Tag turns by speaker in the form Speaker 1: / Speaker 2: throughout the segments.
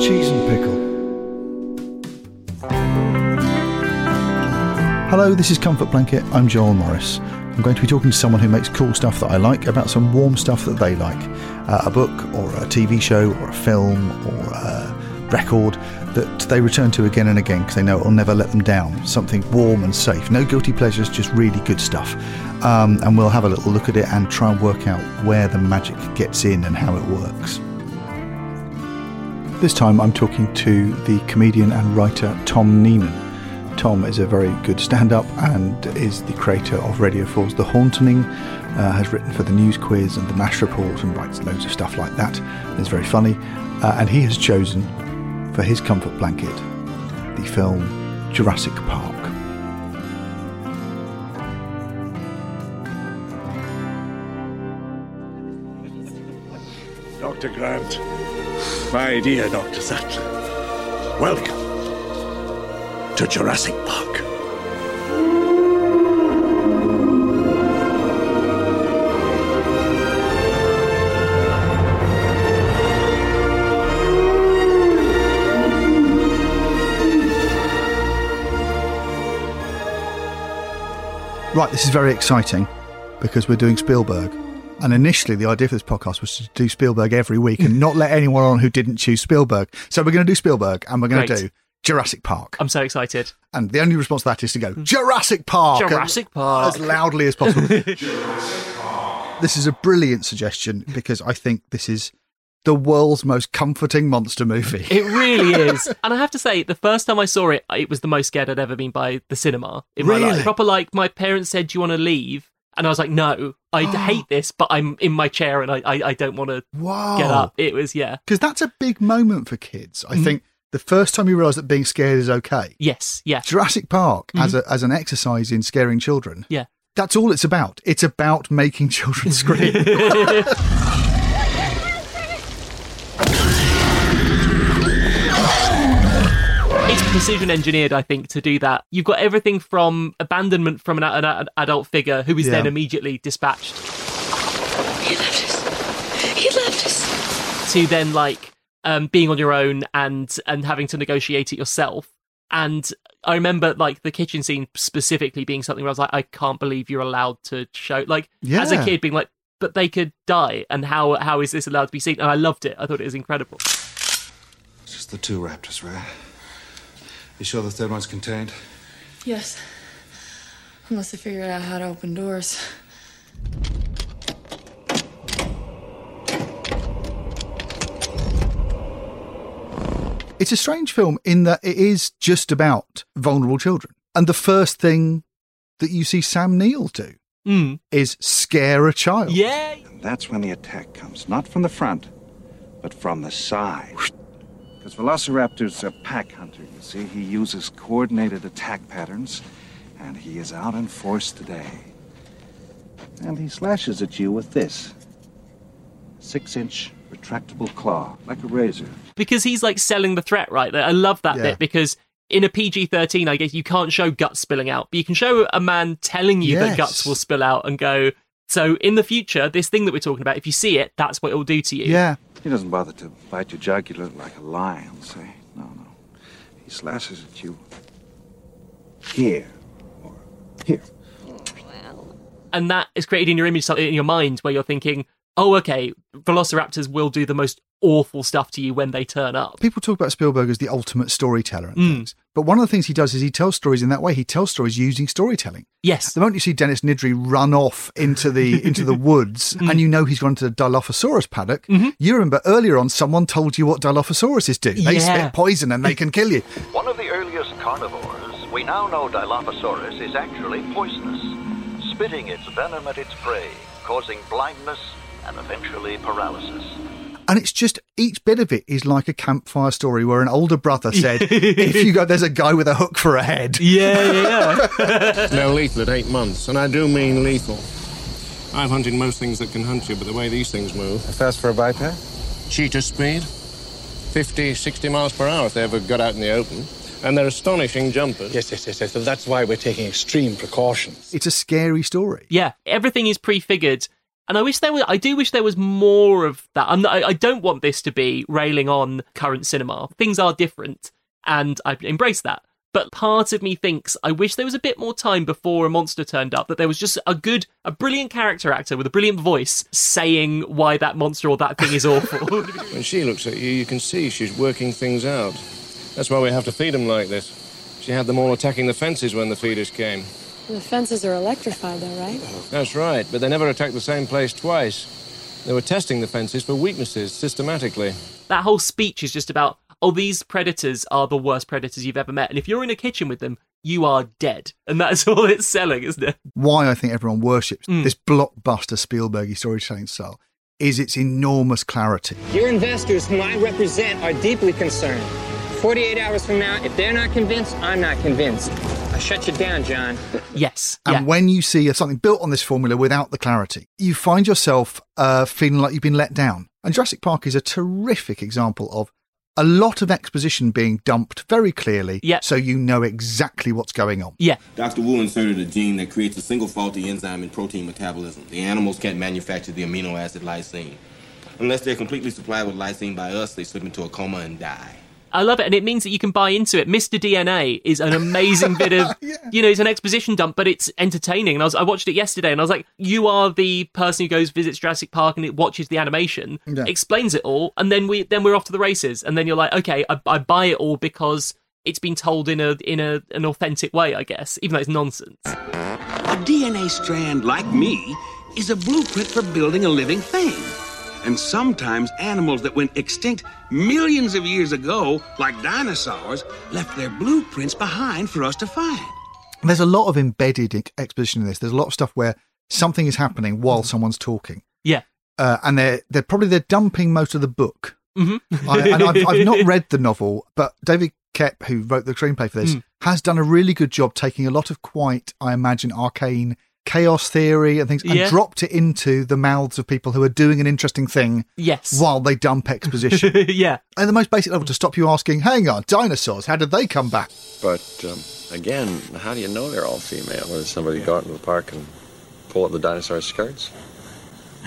Speaker 1: Cheese and pickle.
Speaker 2: Hello, this is Comfort Blanket. I'm Joel Morris. I'm going to be talking to someone who makes cool stuff that I like about some warm stuff that they like. Uh, a book, or a TV show, or a film, or a record that they return to again and again because they know it'll never let them down. Something warm and safe. No guilty pleasures, just really good stuff. Um, and we'll have a little look at it and try and work out where the magic gets in and how it works. This time I'm talking to the comedian and writer Tom Neenan. Tom is a very good stand up and is the creator of Radio 4's The Haunting, uh, has written for The News Quiz and The Nash Report and writes loads of stuff like that. And it's very funny. Uh, and he has chosen for his comfort blanket the film Jurassic Park.
Speaker 1: Dr. Grant. My dear Dr. Sattler. Welcome to Jurassic Park.
Speaker 2: Right, this is very exciting because we're doing Spielberg. And initially, the idea for this podcast was to do Spielberg every week and not let anyone on who didn't choose Spielberg. So we're going to do Spielberg and we're going
Speaker 3: Great. Um,
Speaker 2: to do Jurassic Park.
Speaker 3: I'm so excited.
Speaker 2: and the only response to that is to go Jurassic Park.
Speaker 3: Hmm. Jurassic Park.
Speaker 2: As loudly as possible. This is a brilliant suggestion because I think this is the world's most comforting monster movie.
Speaker 3: It really is. and I have to say, the first time I saw it, it was the most scared I'd ever been by the cinema in my
Speaker 2: Really?
Speaker 3: life. Proper like my parents said, Do you want to leave? And I was like, No, I hate this, but I'm in my chair and I, I, I don't want to
Speaker 2: Wow.
Speaker 3: get up. Mm-hmm. It was yeah.
Speaker 2: Because that's a big moment for kids. I think the first time you realise that being scared is okay.
Speaker 3: Yes, yeah.
Speaker 2: Jurassic Park as a, as an exercise in scaring children.
Speaker 3: Mm-hmm. Yeah.
Speaker 2: That's all it's about. It's about making children scream.
Speaker 3: It's precision engineered, I think, to do that. You've got everything from abandonment from an, an, an adult figure who is
Speaker 2: Yeah.
Speaker 3: then immediately dispatched
Speaker 4: He left us. He left us.
Speaker 3: to then like um, being on your own and and having to negotiate it yourself. And I remember like the kitchen scene specifically being something where I was like, I can't believe you're allowed to show like as
Speaker 2: Yeah.
Speaker 3: a kid being like, but they could die, and how how is this allowed to be seen? And I loved it. I thought it was incredible.
Speaker 5: Just the two raptors, right? You sure the third one's contained?
Speaker 4: Yes. Unless they figured out how to open doors.
Speaker 2: it's a strange film in that it is just about vulnerable children. And the first thing that you see Sam Neill do
Speaker 3: Mm.
Speaker 2: is scare a child.
Speaker 3: Yeah,
Speaker 6: That's when the attack comes, not from the front, but from the side. Because Velociraptor's a pack hunter, you see. He uses coordinated attack patterns, and he is out in force today. And he slashes at you with this six inch retractable claw, like a razor.
Speaker 3: because he's like selling the threat, right? I love that
Speaker 2: Yeah.
Speaker 3: bit because in a PG thirteen, I guess you can't show guts spilling out, but you can show a man telling you
Speaker 2: Yes.
Speaker 3: that guts will spill out and go. So in the future, this thing that we're talking about, if you see it, that's what it will do to you.
Speaker 2: Yeah.
Speaker 6: He doesn't bother to bite your jugular like a lion, say. No, no. He slashes at you here or here.
Speaker 3: and that is created in your image, in your mind, where you're thinking, "Oh, okay, velociraptors will do the most awful stuff to you when they turn up."
Speaker 2: People talk about Spielberg as the ultimate storyteller and
Speaker 3: Mm.
Speaker 2: things, but one of the things he does is he tells stories in that way. He tells stories using storytelling.
Speaker 3: Yes,
Speaker 2: The moment you see Dennis Nidri run off into the into the woods
Speaker 3: Mm-hmm.
Speaker 2: and you know he's gone to the Dilophosaurus paddock, you remember earlier on someone told you what Dilophosauruses do. They
Speaker 3: Yeah.
Speaker 2: spit poison and they can kill you.
Speaker 7: One of the earliest carnivores, we now know Dilophosaurus is actually poisonous, spitting its venom at its prey, causing blindness and eventually paralysis.
Speaker 2: And it's just each bit of it is like a campfire story where an older brother said, if you go, there's a guy with a hook for a head.
Speaker 3: yeah, yeah,
Speaker 8: They're lethal at eight months, and I do mean lethal. I've hunted most things that can hunt you, but the way these things move.
Speaker 5: Fast for a biped?
Speaker 8: Cheetah speed 50, 60 miles per hour if they ever got out in the open. And they're astonishing jumpers.
Speaker 9: Yes, yes, yes, yes. So that's why we're taking extreme precautions.
Speaker 2: It's a scary story.
Speaker 3: yeah. Everything is prefigured, and I wish there was. I do wish there was more of that. I'm not, I, I don't want this to be railing on current cinema. Things are different, and I embrace that. But part of me thinks I wish there was a bit more time before a monster turned up. That there was just a good, a brilliant character actor with a brilliant voice saying why that monster or that thing is awful.
Speaker 8: When she looks at you, you can see she's working things out. That's why we have to feed them like this. She had them all attacking the fences when the feeders came.
Speaker 10: The fences are electrified, though, right?
Speaker 8: That's right, but they never attacked the same place twice. They were testing the fences for weaknesses systematically.
Speaker 3: that whole speech is just about oh these predators are the worst predators you've ever met and if you're in a kitchen with them you are dead and that's all it's selling isn't it
Speaker 2: Why I think everyone worships
Speaker 3: Mm.
Speaker 2: this blockbuster Spielberg storytelling style is its enormous clarity.
Speaker 11: Your investors, whom I represent, are deeply concerned. 48 hours from now, if they're not convinced, I'm not convinced. I shut you down, John.
Speaker 3: Yes.
Speaker 2: And when you see something built on this formula without the clarity, you find yourself uh, feeling like you've been let down. And Jurassic Park is a terrific example of a lot of exposition being dumped very clearly so you know exactly what's going on.
Speaker 3: Yeah.
Speaker 12: Dr. Wu inserted a gene that creates a single faulty enzyme in protein metabolism. The animals can't manufacture the amino acid lysine. Unless they're completely supplied with lysine by us, they slip into a coma and die.
Speaker 3: i love it and it means that you can buy into it mr dna is an amazing bit of you know it's an exposition dump but it's entertaining and I, was, I watched it yesterday and i was like you are the person who goes visits jurassic park and it watches the animation
Speaker 13: Yeah.
Speaker 3: explains it all and then we then we're off to the races and then you're like okay i, I buy it all because it's been told in a in a, an authentic way i guess even though it's nonsense
Speaker 14: A DNA strand like me is a blueprint for building a living thing. And sometimes animals that went extinct millions of years ago, like dinosaurs, left their blueprints behind for us to find.
Speaker 2: There's a lot of embedded ex- exposition in this. There's a lot of stuff where something is happening while someone's talking.
Speaker 3: Yeah.
Speaker 2: Uh, and they're, they're probably they're dumping most of the book.
Speaker 3: Mm-hmm.
Speaker 2: I, and I've, I've not read the novel, but David Kep, who wrote the screenplay for this,
Speaker 3: Mm.
Speaker 2: has done a really good job taking a lot of quite, I imagine, arcane chaos theory and things and
Speaker 3: Yeah.
Speaker 2: dropped it into the mouths of people who are doing an interesting thing
Speaker 3: Yes.
Speaker 2: while they dump exposition.
Speaker 3: yeah.
Speaker 2: At the most basic level, to stop you asking, hang on, dinosaurs, how did they come back?
Speaker 15: But um, again, how do you know they're all female? What, does somebody go out in the park and pull up the dinosaur skirts?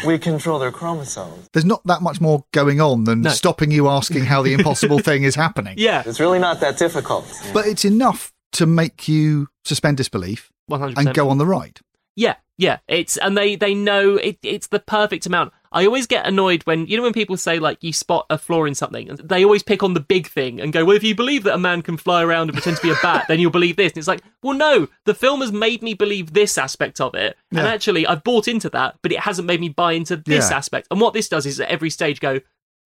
Speaker 16: We control their chromosomes.
Speaker 2: There's not that much more going on than
Speaker 16: No.
Speaker 2: stopping you asking how the impossible thing is happening.
Speaker 3: Yeah.
Speaker 16: It's really not that difficult.
Speaker 2: But it's enough to make you suspend disbelief
Speaker 3: 100%.
Speaker 2: and go on the ride.
Speaker 3: Yeah, yeah. It's and they they know it, it's the perfect amount. I always get annoyed when you know when people say like you spot a flaw in something. and They always pick on the big thing and go, "Well, if you believe that a man can fly around and pretend to be a bat, then you'll believe this." And it's like, "Well, no. The film has made me believe this aspect of it, and
Speaker 17: Yeah.
Speaker 3: actually, I've bought into that, but it hasn't made me buy into this
Speaker 17: Yeah.
Speaker 3: aspect." And what this does is at every stage go.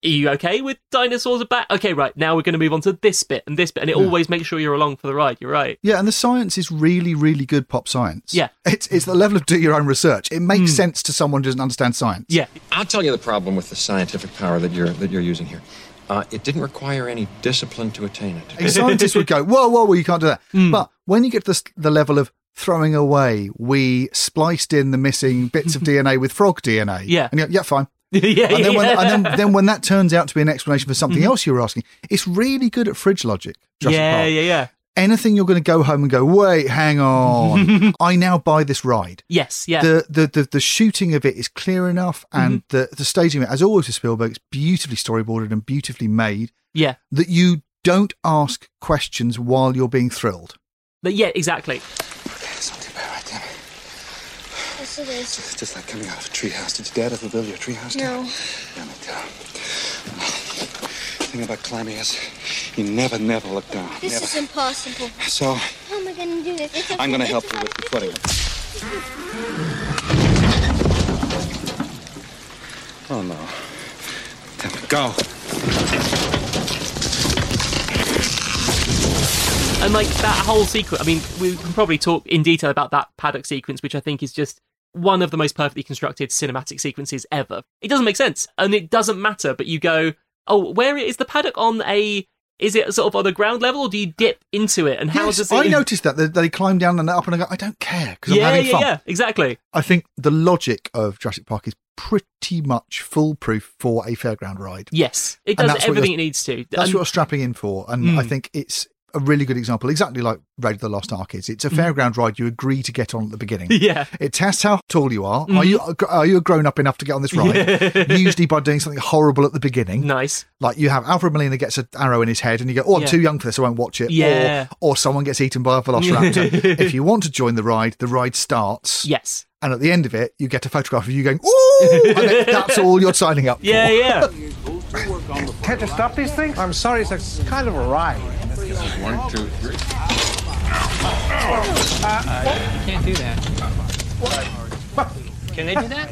Speaker 3: Are you okay with dinosaurs are back? Okay, right now we're going to move on to this bit and this bit, and it
Speaker 2: Yeah.
Speaker 3: always makes sure you're along for the ride. You're right.
Speaker 2: Yeah, and the science is really, really good pop science.
Speaker 3: Yeah. Hmm.
Speaker 2: It's, it's the level of do your own research. It makes sense to someone who doesn't understand science.
Speaker 3: Yeah.
Speaker 15: I'll tell you the problem with the scientific power that you're that you're using here. Uh, it didn't require any discipline to attain it.
Speaker 2: A scientist would go, whoa, whoa, whoa, you can't do that.
Speaker 3: Hmm.
Speaker 2: But when you get to the, the level of throwing away, we spliced in the missing bits of DNA with frog DNA.
Speaker 3: Yeah.
Speaker 2: And you go, yeah, fine.
Speaker 3: yeah,
Speaker 2: and then, When,
Speaker 3: yeah.
Speaker 2: and then, then when that turns out to be an explanation for something else you were asking, it's really good at fridge logic. Jurassic
Speaker 3: Mm-hmm. yeah,
Speaker 2: Park.
Speaker 3: yeah, yeah.
Speaker 2: Anything you're going to go home and go, wait, hang on, I now buy this ride.
Speaker 3: Yes, yeah. Mm-hmm.
Speaker 2: The, the the the shooting of it is clear enough, and the the staging of it, as always with Spielberg, it's beautifully storyboarded and beautifully made.
Speaker 3: Yeah.
Speaker 2: that you don't ask questions while you're being thrilled.
Speaker 3: But yeah, exactly.
Speaker 13: Yes, it is.
Speaker 9: It's just like coming out of a treehouse. Did your dad ever build you a treehouse? Dad?
Speaker 13: No.
Speaker 9: Damn it. Uh, thing about climbing is you never, never look down.
Speaker 13: This
Speaker 9: never.
Speaker 13: is impossible.
Speaker 9: So
Speaker 13: How am I going to do this? It's
Speaker 9: I'm going to
Speaker 13: okay,
Speaker 9: help
Speaker 13: it's
Speaker 9: you with the footing. Oh no. Damn it, Go.
Speaker 3: And like that whole sequence, I mean, we can probably talk in detail about that paddock sequence, which I think is just one of the most perfectly constructed cinematic sequences ever. It doesn't make sense, and it doesn't matter. But you go, oh, where is the paddock on a? Is it sort of on a ground level, or do you dip into it? And how
Speaker 2: Yes,
Speaker 3: does it?
Speaker 2: I noticed that they, they climb down and up, and I go, I don't care because
Speaker 3: yeah,
Speaker 2: I'm having
Speaker 3: yeah,
Speaker 2: fun.
Speaker 3: yeah, exactly.
Speaker 2: I think the logic of Jurassic Park is pretty much foolproof for a fairground ride.
Speaker 3: Yes, it
Speaker 2: And
Speaker 3: does
Speaker 2: that's what
Speaker 3: everything it
Speaker 2: you're-
Speaker 3: needs to.
Speaker 2: That's
Speaker 3: And-
Speaker 2: what you're strapping in for, and
Speaker 3: Mm.
Speaker 2: I think it's a really good example, exactly like Raid of the Lost Ark is. It's a
Speaker 3: Mm.
Speaker 2: fairground ride you agree to get on at the beginning.
Speaker 3: Yeah. Hmm.
Speaker 2: it tests how tall you are. Are you are you grown up enough to get on this ride? Usually by doing something horrible at the beginning.
Speaker 3: Nice,
Speaker 2: like you have Alfred Molina gets an arrow in his head, and you go, "Oh, I'm
Speaker 3: Yeah.
Speaker 2: too young for this. I won't watch it."
Speaker 3: Yeah.
Speaker 2: Or, or someone gets eaten by a velociraptor. if you want to join the ride, the ride starts.
Speaker 3: Yes.
Speaker 2: And at the end of it, you get a photograph of you going, "Ooh!" and then that's all you're signing up for.
Speaker 9: Can't you stop these things? I'm sorry, it's a it's kind of a ride.
Speaker 5: One, two, three.
Speaker 11: you can't do that. Can they do that?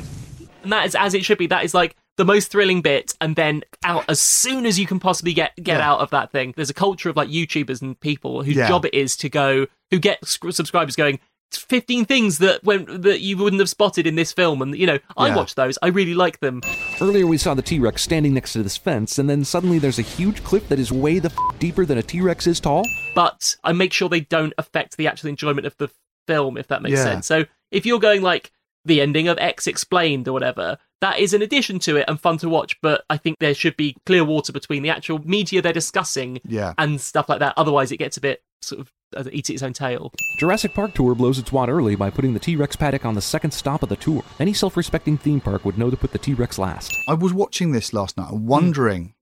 Speaker 3: and that is as it should be. That is like the most thrilling bit, and then out as soon as you can possibly get get out of that thing. There's a culture of like YouTubers and people whose
Speaker 17: Yeah.
Speaker 3: job it is to go who get sc- subscribers going. 15 things that went that you wouldn't have spotted in this film and you know i
Speaker 18: Yeah.
Speaker 3: watched those i really like them
Speaker 18: Earlier, we saw the T Rex standing next to this fence, and then suddenly there's a huge cliff that is way the f- deeper than a T Rex is tall.
Speaker 3: but I make sure they don't affect the actual enjoyment of the film, if that makes
Speaker 18: Yeah.
Speaker 3: sense. So if you're going like the ending of X explained or whatever, that is an addition to it and fun to watch, but I think there should be clear water between the actual media they're discussing
Speaker 18: Yeah.
Speaker 3: and stuff like that. Otherwise, it gets a bit sort of uh, eats its own tail.
Speaker 18: Jurassic Park Tour blows its wad early by putting the T Rex paddock on the second stop of the tour. Any self respecting theme park would know to put the T Rex last.
Speaker 2: I was watching this last night
Speaker 3: Mm.
Speaker 2: and wondering,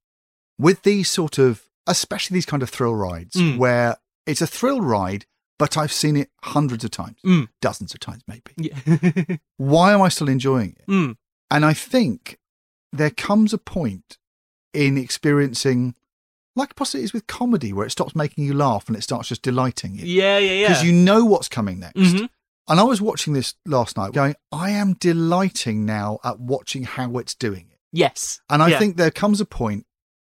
Speaker 2: with these sort of, especially these kind of thrill rides,
Speaker 3: Mm.
Speaker 2: where it's a thrill ride, but I've seen it hundreds of times,
Speaker 3: Mm.
Speaker 2: dozens of times maybe.
Speaker 3: Yeah.
Speaker 2: Why am I still enjoying it?
Speaker 3: Mm.
Speaker 2: And I think there comes a point in experiencing, like possibly it is with comedy, where it stops making you laugh and it starts just delighting you
Speaker 3: Yeah, yeah, yeah.
Speaker 2: because you know what's coming next.
Speaker 3: Mhm.
Speaker 2: And I was watching this last night, going, I am delighting now at watching how it's doing it.
Speaker 3: Yes.
Speaker 2: And I
Speaker 3: Yeah.
Speaker 2: think there comes a point,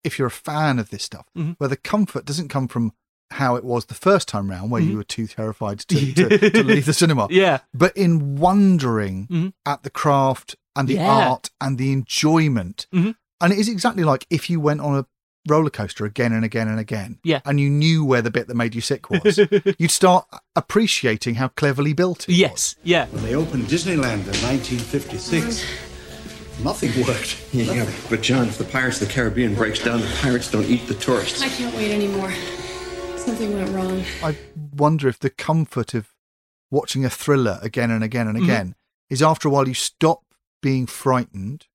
Speaker 2: if you're a fan of this stuff,
Speaker 3: Mhm.
Speaker 2: where the comfort doesn't come from how it was the first time round, where
Speaker 3: Mhm.
Speaker 2: you were too terrified to, to, to leave the cinema.
Speaker 3: Yeah.
Speaker 2: But in wondering
Speaker 3: Mhm.
Speaker 2: at the craft and the
Speaker 3: Yeah. Mm-hmm.
Speaker 2: art and the enjoyment. And it is exactly like if you went on a roller coaster again and again and again.
Speaker 3: Yeah.
Speaker 2: And you knew where the bit that made you sick was. you'd start appreciating how cleverly built it
Speaker 3: Yes. Yeah.
Speaker 9: When they opened Disneyland in 1956, nothing worked.
Speaker 19: Yeah, yeah, but John, if the Pirates of the Caribbean breaks down, the pirates don't eat the tourists.
Speaker 4: I can't wait anymore. Something went wrong.
Speaker 2: I wonder if the comfort of watching a thriller again and again and
Speaker 4: Mhm.
Speaker 2: again is after a while you stop being frightened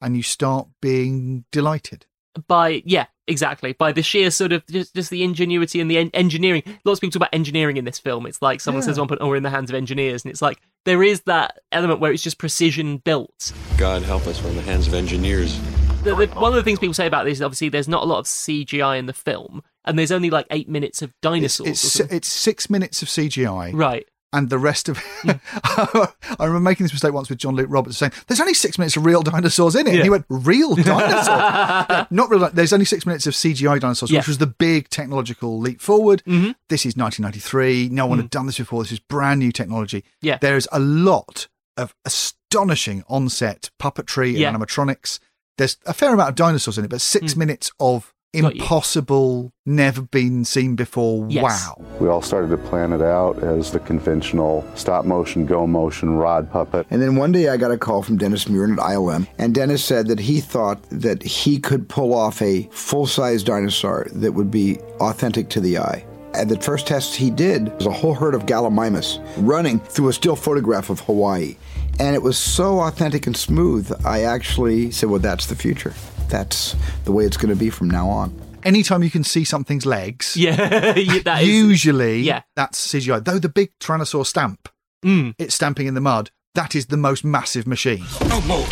Speaker 2: and you start being delighted.
Speaker 3: by yeah exactly by the sheer sort of just, just the ingenuity and the en- engineering lots of people talk about engineering in this film it's like someone
Speaker 2: Yeah.
Speaker 3: says one point oh we're in the hands of engineers and it's like there is that element where it's just precision built
Speaker 15: God help us, we're in the hands of engineers.
Speaker 3: the, the, one of the things people say about this is obviously there's not a lot of cgi in the film and there's only like eight minutes of dinosaurs or
Speaker 2: It's,
Speaker 3: something.
Speaker 2: it's six minutes of CGI.
Speaker 3: right
Speaker 2: And the rest of
Speaker 3: Hmm.
Speaker 2: I remember making this mistake once with John Luke Roberts saying, There's only six minutes of real dinosaurs in it. And
Speaker 3: Yeah.
Speaker 2: he went, Real dinosaurs? Yeah, Not real. There's only six minutes of CGI dinosaurs,
Speaker 3: Yeah. Mm-hmm.
Speaker 2: which was the big technological leap forward. This is 1993. No one had done this before. This is brand new technology.
Speaker 3: Hmm. Yeah.
Speaker 2: There is a lot of astonishing on-set puppetry and
Speaker 3: Yeah. Hmm.
Speaker 2: animatronics. There's a fair amount of dinosaurs in it, but six minutes of
Speaker 3: Got you.
Speaker 2: impossible, never been seen before.
Speaker 3: Yes.
Speaker 2: Wow.
Speaker 20: We all started to plan it out as the conventional stop motion, go motion rod puppet.
Speaker 21: And then one day I got a call from Dennis Murin at ILM, and Dennis said that he thought that he could pull off a full size dinosaur that would be authentic to the eye. And the first test he did was a whole herd of Gallimimus running through a still photograph of Hawaii. And it was so authentic and smooth, I actually said, Well, that's the future. That's the way it's going to be from now on.
Speaker 2: Anytime you can see something's legs,
Speaker 3: yeah, that is Mm.
Speaker 2: usually yeah. that's CGI. Though the big Tyrannosaur stamp, it's stamping in the mud. That is the most massive machine.
Speaker 1: Don't move.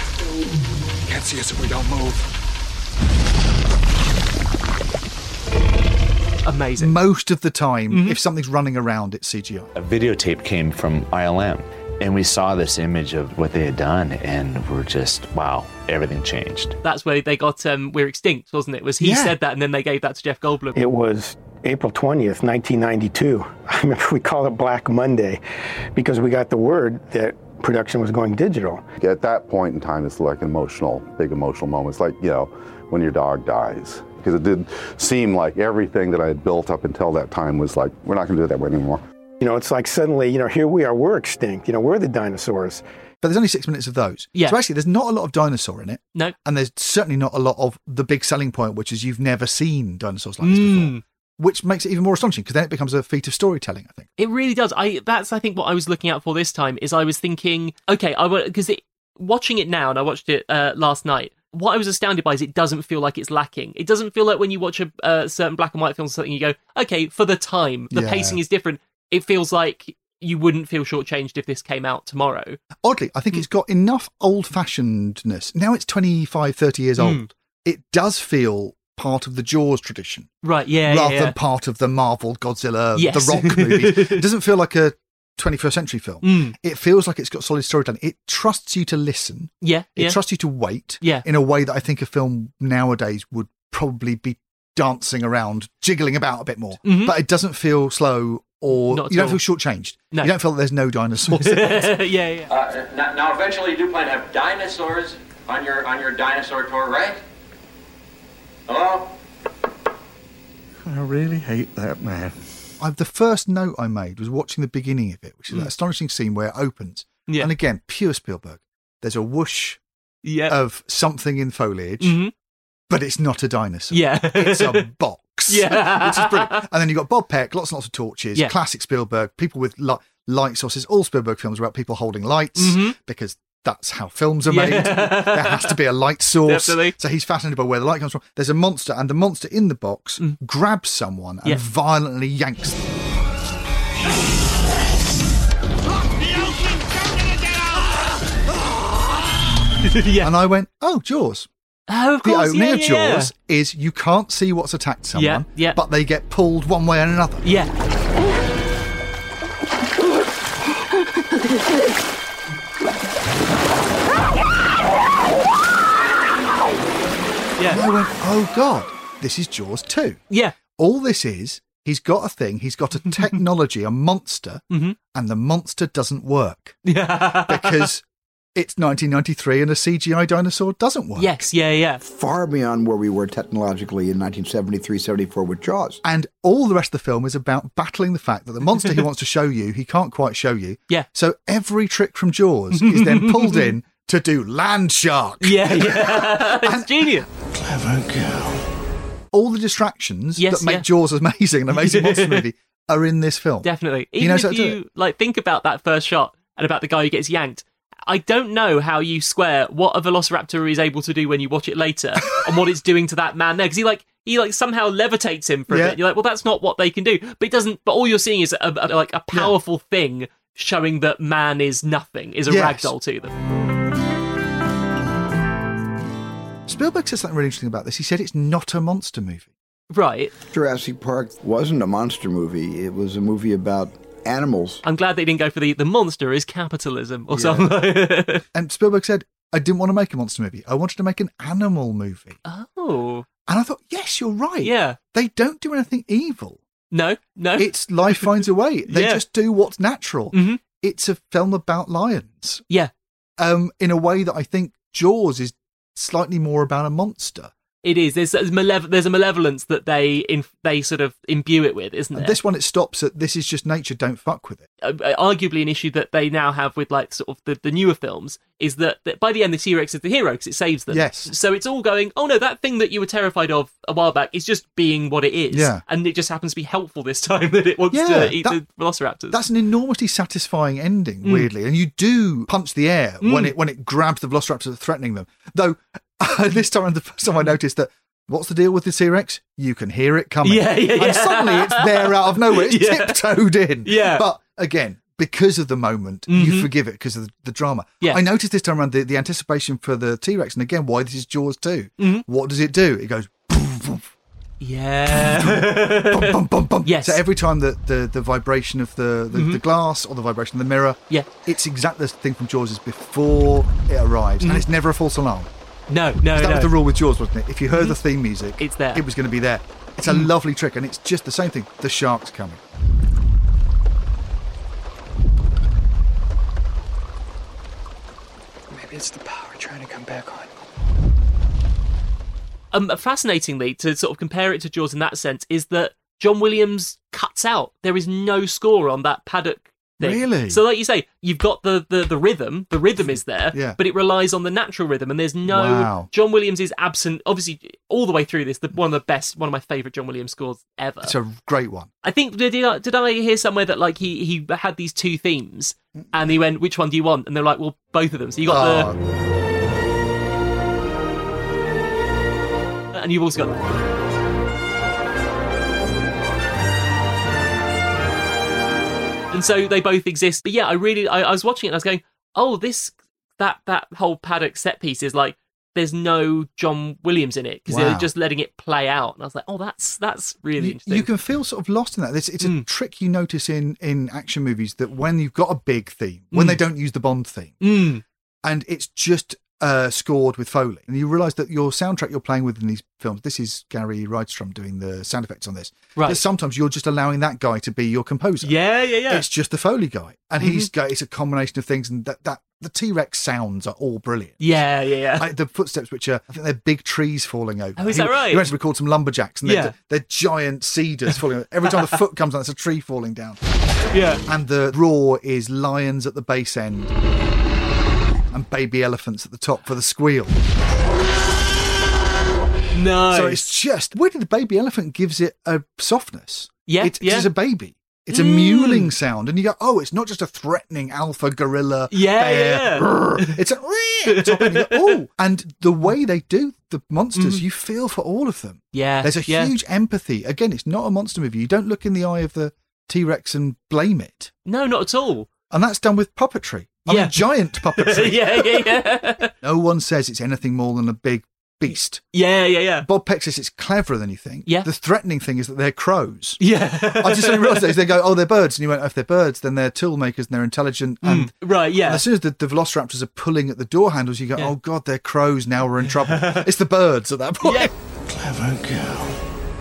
Speaker 1: Can't see us if we don't move.
Speaker 3: Amazing.
Speaker 2: Most of the time,
Speaker 3: Mm-hmm.
Speaker 2: if something's running around, it's CGI.
Speaker 22: A videotape came from ILM, and we saw this image of what they had done, and we're just, wow, everything changed.
Speaker 3: That's where they got um, "We're Extinct," wasn't it? Was he
Speaker 23: Yeah.
Speaker 3: said that, and then they gave that to Jeff Goldblum?
Speaker 23: It was April 20th, 1992. I remember we called it Black Monday because we got the word that production was going digital.
Speaker 20: At that point in time, it's like an emotional, big emotional moments, like, you know, when your dog dies. Because it did seem like everything that I had built up until that time was like, we're not going to do it that way anymore.
Speaker 23: You know, it's like suddenly, you know, here we are, we're extinct. You know, we're the dinosaurs.
Speaker 2: But there's only six minutes of those. Yeah. So actually, there's not a lot of dinosaur in it.
Speaker 3: No.
Speaker 2: And there's certainly not a lot of the big selling point, which is you've never seen dinosaurs like
Speaker 3: Mm.
Speaker 2: this
Speaker 3: Hmm.
Speaker 2: before, which makes it even more astonishing because then it becomes a feat of storytelling, I think.
Speaker 3: It really does. I that's I think what I was looking out for this time is I was thinking, okay, I because it watching it now and I watched it uh, last night. What I was astounded by is it doesn't feel like it's lacking. It doesn't feel like when you watch a uh, certain black and white film or something, you go, okay, for the time, the
Speaker 2: Yeah.
Speaker 3: pacing is different. It feels like you wouldn't feel shortchanged if this came out tomorrow.
Speaker 2: Oddly, I
Speaker 3: Mm.
Speaker 2: think it's got enough old fashionedness. Now it's 25, 30 years
Speaker 3: Mm.
Speaker 2: old. It does feel part of the Jaws tradition
Speaker 3: Right? Yeah.
Speaker 2: rather
Speaker 3: yeah, yeah.
Speaker 2: than part of the Marvel, Godzilla,
Speaker 3: Yes.
Speaker 2: the Rock movies. It doesn't feel like a 21st century film.
Speaker 3: Mm.
Speaker 2: It feels like it's got solid storytelling. It trusts you to listen.
Speaker 3: yeah.
Speaker 2: It
Speaker 3: yeah.
Speaker 2: trusts you to wait
Speaker 3: Yeah.
Speaker 2: in a way that I think a film nowadays would probably be dancing around, jiggling about a bit more.
Speaker 3: Mhm.
Speaker 2: But it doesn't feel slow or
Speaker 3: Not at
Speaker 2: you don't
Speaker 3: all.
Speaker 2: feel shortchanged.
Speaker 3: No.
Speaker 2: You don't feel that there's no dinosaurs.
Speaker 3: yeah, yeah.
Speaker 17: Uh, now, now, eventually, you do plan to have dinosaurs on your on your dinosaur tour, right? Hello.
Speaker 2: I really hate that man. I, the first note I made was watching the beginning of it, which is
Speaker 3: Mm.
Speaker 2: that astonishing scene where it opens.
Speaker 3: Yeah.
Speaker 2: And again, pure Spielberg. There's a whoosh
Speaker 3: yeah.
Speaker 2: of something in foliage, but it's not a dinosaur.
Speaker 3: Mm-hmm. Yeah.
Speaker 2: It's a box.
Speaker 3: Yeah.
Speaker 2: which is brilliant. And then you've got Bob Peck, lots and lots of torches,
Speaker 3: Yeah.
Speaker 2: classic Spielberg, people with li- light sources. All Spielberg films are about people holding lights
Speaker 3: Mhm.
Speaker 2: because that's how films are
Speaker 3: Yeah.
Speaker 2: made. there has to be a light source.
Speaker 3: Definitely.
Speaker 2: So he's fascinated by where the light comes from. There's a monster, and the monster in the box grabs someone and
Speaker 3: Mm. Yeah.
Speaker 2: violently yanks them. And I went, oh, Jaws.
Speaker 3: Oh, of
Speaker 2: the
Speaker 3: course,
Speaker 2: opening
Speaker 3: yeah,
Speaker 2: of
Speaker 3: yeah,
Speaker 2: Jaws is you can't see what's attacked someone,
Speaker 3: Yeah, yeah.
Speaker 2: but they get pulled one way and another.
Speaker 3: Yeah.
Speaker 2: And I went, oh God, this is Jaws 2.
Speaker 3: Yeah.
Speaker 2: All this is, he's got a thing, he's got a technology, a monster,
Speaker 3: Mm-hmm.
Speaker 2: and the monster doesn't work. because it's 1993 and a CGI dinosaur doesn't work.
Speaker 3: Yes, yeah, yeah.
Speaker 21: Far beyond where we were technologically in 1973 74 with Jaws.
Speaker 2: And all the rest of the film is about battling the fact that the monster he wants to show you, he can't quite show you.
Speaker 3: Yeah.
Speaker 2: So every trick from Jaws is then pulled in to do Land Shark.
Speaker 3: Yeah, yeah. it's genius.
Speaker 2: Clever girl. All the distractions
Speaker 3: Yes,
Speaker 2: that make
Speaker 3: yeah.
Speaker 2: Jaws amazing, an amazing monster movie, are in this film.
Speaker 3: Definitely.
Speaker 2: He
Speaker 3: Even
Speaker 2: knows how
Speaker 3: if
Speaker 2: to do
Speaker 3: you like think about that first shot and about the guy who gets yanked, I don't know how you square what a velociraptor is able to do when you watch it later and what it's doing to that man there because he like he like somehow levitates him for a
Speaker 24: Yeah.
Speaker 3: bit. You're like, well, that's not what they can do. But it doesn't. But all you're seeing is a, a, like a powerful thing showing that man is nothing, is a
Speaker 2: Yes.
Speaker 3: ragdoll to them.
Speaker 2: Spielberg said something really interesting about this. He said it's not a monster movie.
Speaker 3: Right.
Speaker 21: Jurassic Park wasn't a monster movie, it was a movie about animals.
Speaker 3: I'm glad they didn't go for the the monster is capitalism or something.
Speaker 2: and Spielberg said, I didn't want to make a monster movie. I wanted to make an animal movie.
Speaker 3: oh.
Speaker 2: And I thought, yes, you're right.
Speaker 3: Yeah.
Speaker 2: They don't do anything evil.
Speaker 3: No, no.
Speaker 2: It's life finds a way. They
Speaker 3: Yeah. Mm-hmm.
Speaker 2: just do what's natural. It's a film about lions.
Speaker 3: Yeah.
Speaker 2: Um, in a way that I think Jaws is slightly more about a monster.
Speaker 3: It is. There's, there's, malev- there's a malevolence that they in- they sort of imbue it with, isn't there?
Speaker 2: And this one, it stops at this is just nature. Don't fuck with it.
Speaker 3: Uh, arguably, an issue that they now have with like sort of the, the newer films is that, that by the end the T Rex is the hero because it saves them.
Speaker 2: Yes.
Speaker 3: So it's all going. Oh no, that thing that you were terrified of a while back is just being what it is.
Speaker 2: Yeah.
Speaker 3: And it just happens to be helpful this time that it wants
Speaker 2: Yeah,
Speaker 3: to eat
Speaker 2: that-
Speaker 3: the velociraptors.
Speaker 2: That's an enormously satisfying ending,
Speaker 3: Mm.
Speaker 2: weirdly. And you do punch the air when
Speaker 3: Mm.
Speaker 2: it when it grabs the velociraptors that's threatening them. Though this time the first time I noticed that what's the deal with the T Rex? You can hear it coming.
Speaker 3: Yeah, yeah, yeah.
Speaker 2: And suddenly it's there out of nowhere. It's
Speaker 3: Yeah. Mm-hmm.
Speaker 2: tiptoed in.
Speaker 3: Yeah.
Speaker 2: But again, because of the moment. You
Speaker 6: Mhm.
Speaker 2: forgive it because of the, the drama.
Speaker 6: Yeah.
Speaker 2: I noticed this time around the, the anticipation for the T Rex, and again, why this is Jaws 2.
Speaker 3: Mm-hmm.
Speaker 2: What does it do? It goes.
Speaker 3: Yeah.
Speaker 2: Yes. So every time that the, the vibration of the, the,
Speaker 3: Mhm.
Speaker 2: the glass or the vibration of the mirror,
Speaker 3: yeah,
Speaker 2: it's exactly the thing from Jaws is before it arrives,
Speaker 3: Mhm.
Speaker 2: and it's never a false alarm.
Speaker 3: No, no,
Speaker 2: 'Cause that
Speaker 3: no.
Speaker 2: was the rule with Jaws, wasn't it? If you heard the theme music,
Speaker 3: Mm-hmm. it's there.
Speaker 2: It was going to be there. It's a
Speaker 3: Mm.
Speaker 2: lovely trick, and it's just the same thing. The shark's coming.
Speaker 1: Maybe it's the power trying to come back on.
Speaker 3: um, fascinatingly, to sort of compare it to Jaws in that sense, is that John Williams cuts out. There is no score on that paddock. Thing.
Speaker 2: Really?
Speaker 3: So, like you say, you've got the, the, the rhythm. The rhythm is there,
Speaker 2: Yeah.
Speaker 3: but it relies on the natural rhythm, and there's no.
Speaker 2: Wow.
Speaker 3: John Williams is absent. Obviously, all the way through this, the, one of the best, one of my favorite John Williams scores ever.
Speaker 2: It's a great one.
Speaker 3: I think did I, did I hear somewhere that like he he had these two themes,
Speaker 2: Mm.
Speaker 3: and he went, "Which one do you want?" And they're like, "Well, both of them." So you got
Speaker 2: Ah. Oh,
Speaker 3: the, and you've also got and so they both exist. But yeah, I really I, I was watching it and I was going, oh, this that that whole paddock set piece is like there's no John Williams in it because
Speaker 2: Wow.
Speaker 3: they're just letting it play out. And I was like, oh, that's that's really
Speaker 2: You,
Speaker 3: interesting.
Speaker 2: you can feel sort of lost in that. It's, it's a
Speaker 3: Mm.
Speaker 2: trick you notice in, in action movies that when you've got a big theme, when
Speaker 3: Mm.
Speaker 2: they don't use the Bond theme,
Speaker 3: Mm.
Speaker 2: and it's just uh, scored with Foley, and you realise that your soundtrack you're playing with in these films, this is Gary Rydstrom doing the sound effects on this,
Speaker 3: Right.
Speaker 2: that sometimes you're just allowing that guy to be your composer.
Speaker 3: Yeah, Mm-hmm. yeah, yeah.
Speaker 2: It's just the Foley guy, and he's got it's a combination of things, and that, that the T Rex sounds are all brilliant.
Speaker 3: Yeah, yeah, yeah.
Speaker 2: Like the footsteps, which are I think they're big trees falling over.
Speaker 3: Oh, is
Speaker 2: He-
Speaker 3: that right?
Speaker 2: He went to record some lumberjacks, and they're,
Speaker 3: Yeah.
Speaker 2: they're giant cedars falling. over. Every time the foot comes down, it's a tree falling down.
Speaker 3: Yeah.
Speaker 2: And the roar is lions at the base end, and baby elephants at the top for the squeal.
Speaker 3: No.
Speaker 2: So it's just weirdly the baby elephant gives it a softness.
Speaker 3: Yeah,
Speaker 2: it's,
Speaker 3: yeah.
Speaker 2: it's a baby. It's a
Speaker 3: Mm.
Speaker 2: mewling sound, and you go, "Oh, it's not just a threatening alpha gorilla."
Speaker 3: Yeah,
Speaker 2: bear,
Speaker 3: yeah, yeah.
Speaker 2: brrr." It's a at the top, and you go, "Oh!" And the way they do the monsters,
Speaker 3: Mhm.
Speaker 2: you feel for all of them.
Speaker 3: Yeah,
Speaker 2: there's a
Speaker 3: yeah.
Speaker 2: huge empathy. Again, it's not a monster movie. You don't look in the eye of the T Rex and blame it,
Speaker 3: no, not at all.
Speaker 2: and that's done with puppetry. I mean,
Speaker 3: Yeah.
Speaker 2: giant puppetry.
Speaker 3: yeah, yeah, yeah,
Speaker 2: No one says it's anything more than a big beast.
Speaker 3: yeah, yeah, yeah.
Speaker 2: Bob Peck says it's cleverer than you think.
Speaker 3: Yeah.
Speaker 2: The threatening thing is that they're crows.
Speaker 3: Yeah.
Speaker 2: I just didn't realise that. 'cause They go, oh, they're birds. And you went, oh, if they're birds, then they're tool makers and they're intelligent.
Speaker 3: Hmm.
Speaker 2: And,
Speaker 3: Right, yeah.
Speaker 2: and as soon as the, the velociraptors are pulling at the door handles, you go, oh, God, they're crows. Now we're in trouble. it's the birds at that point.
Speaker 3: Clever girl.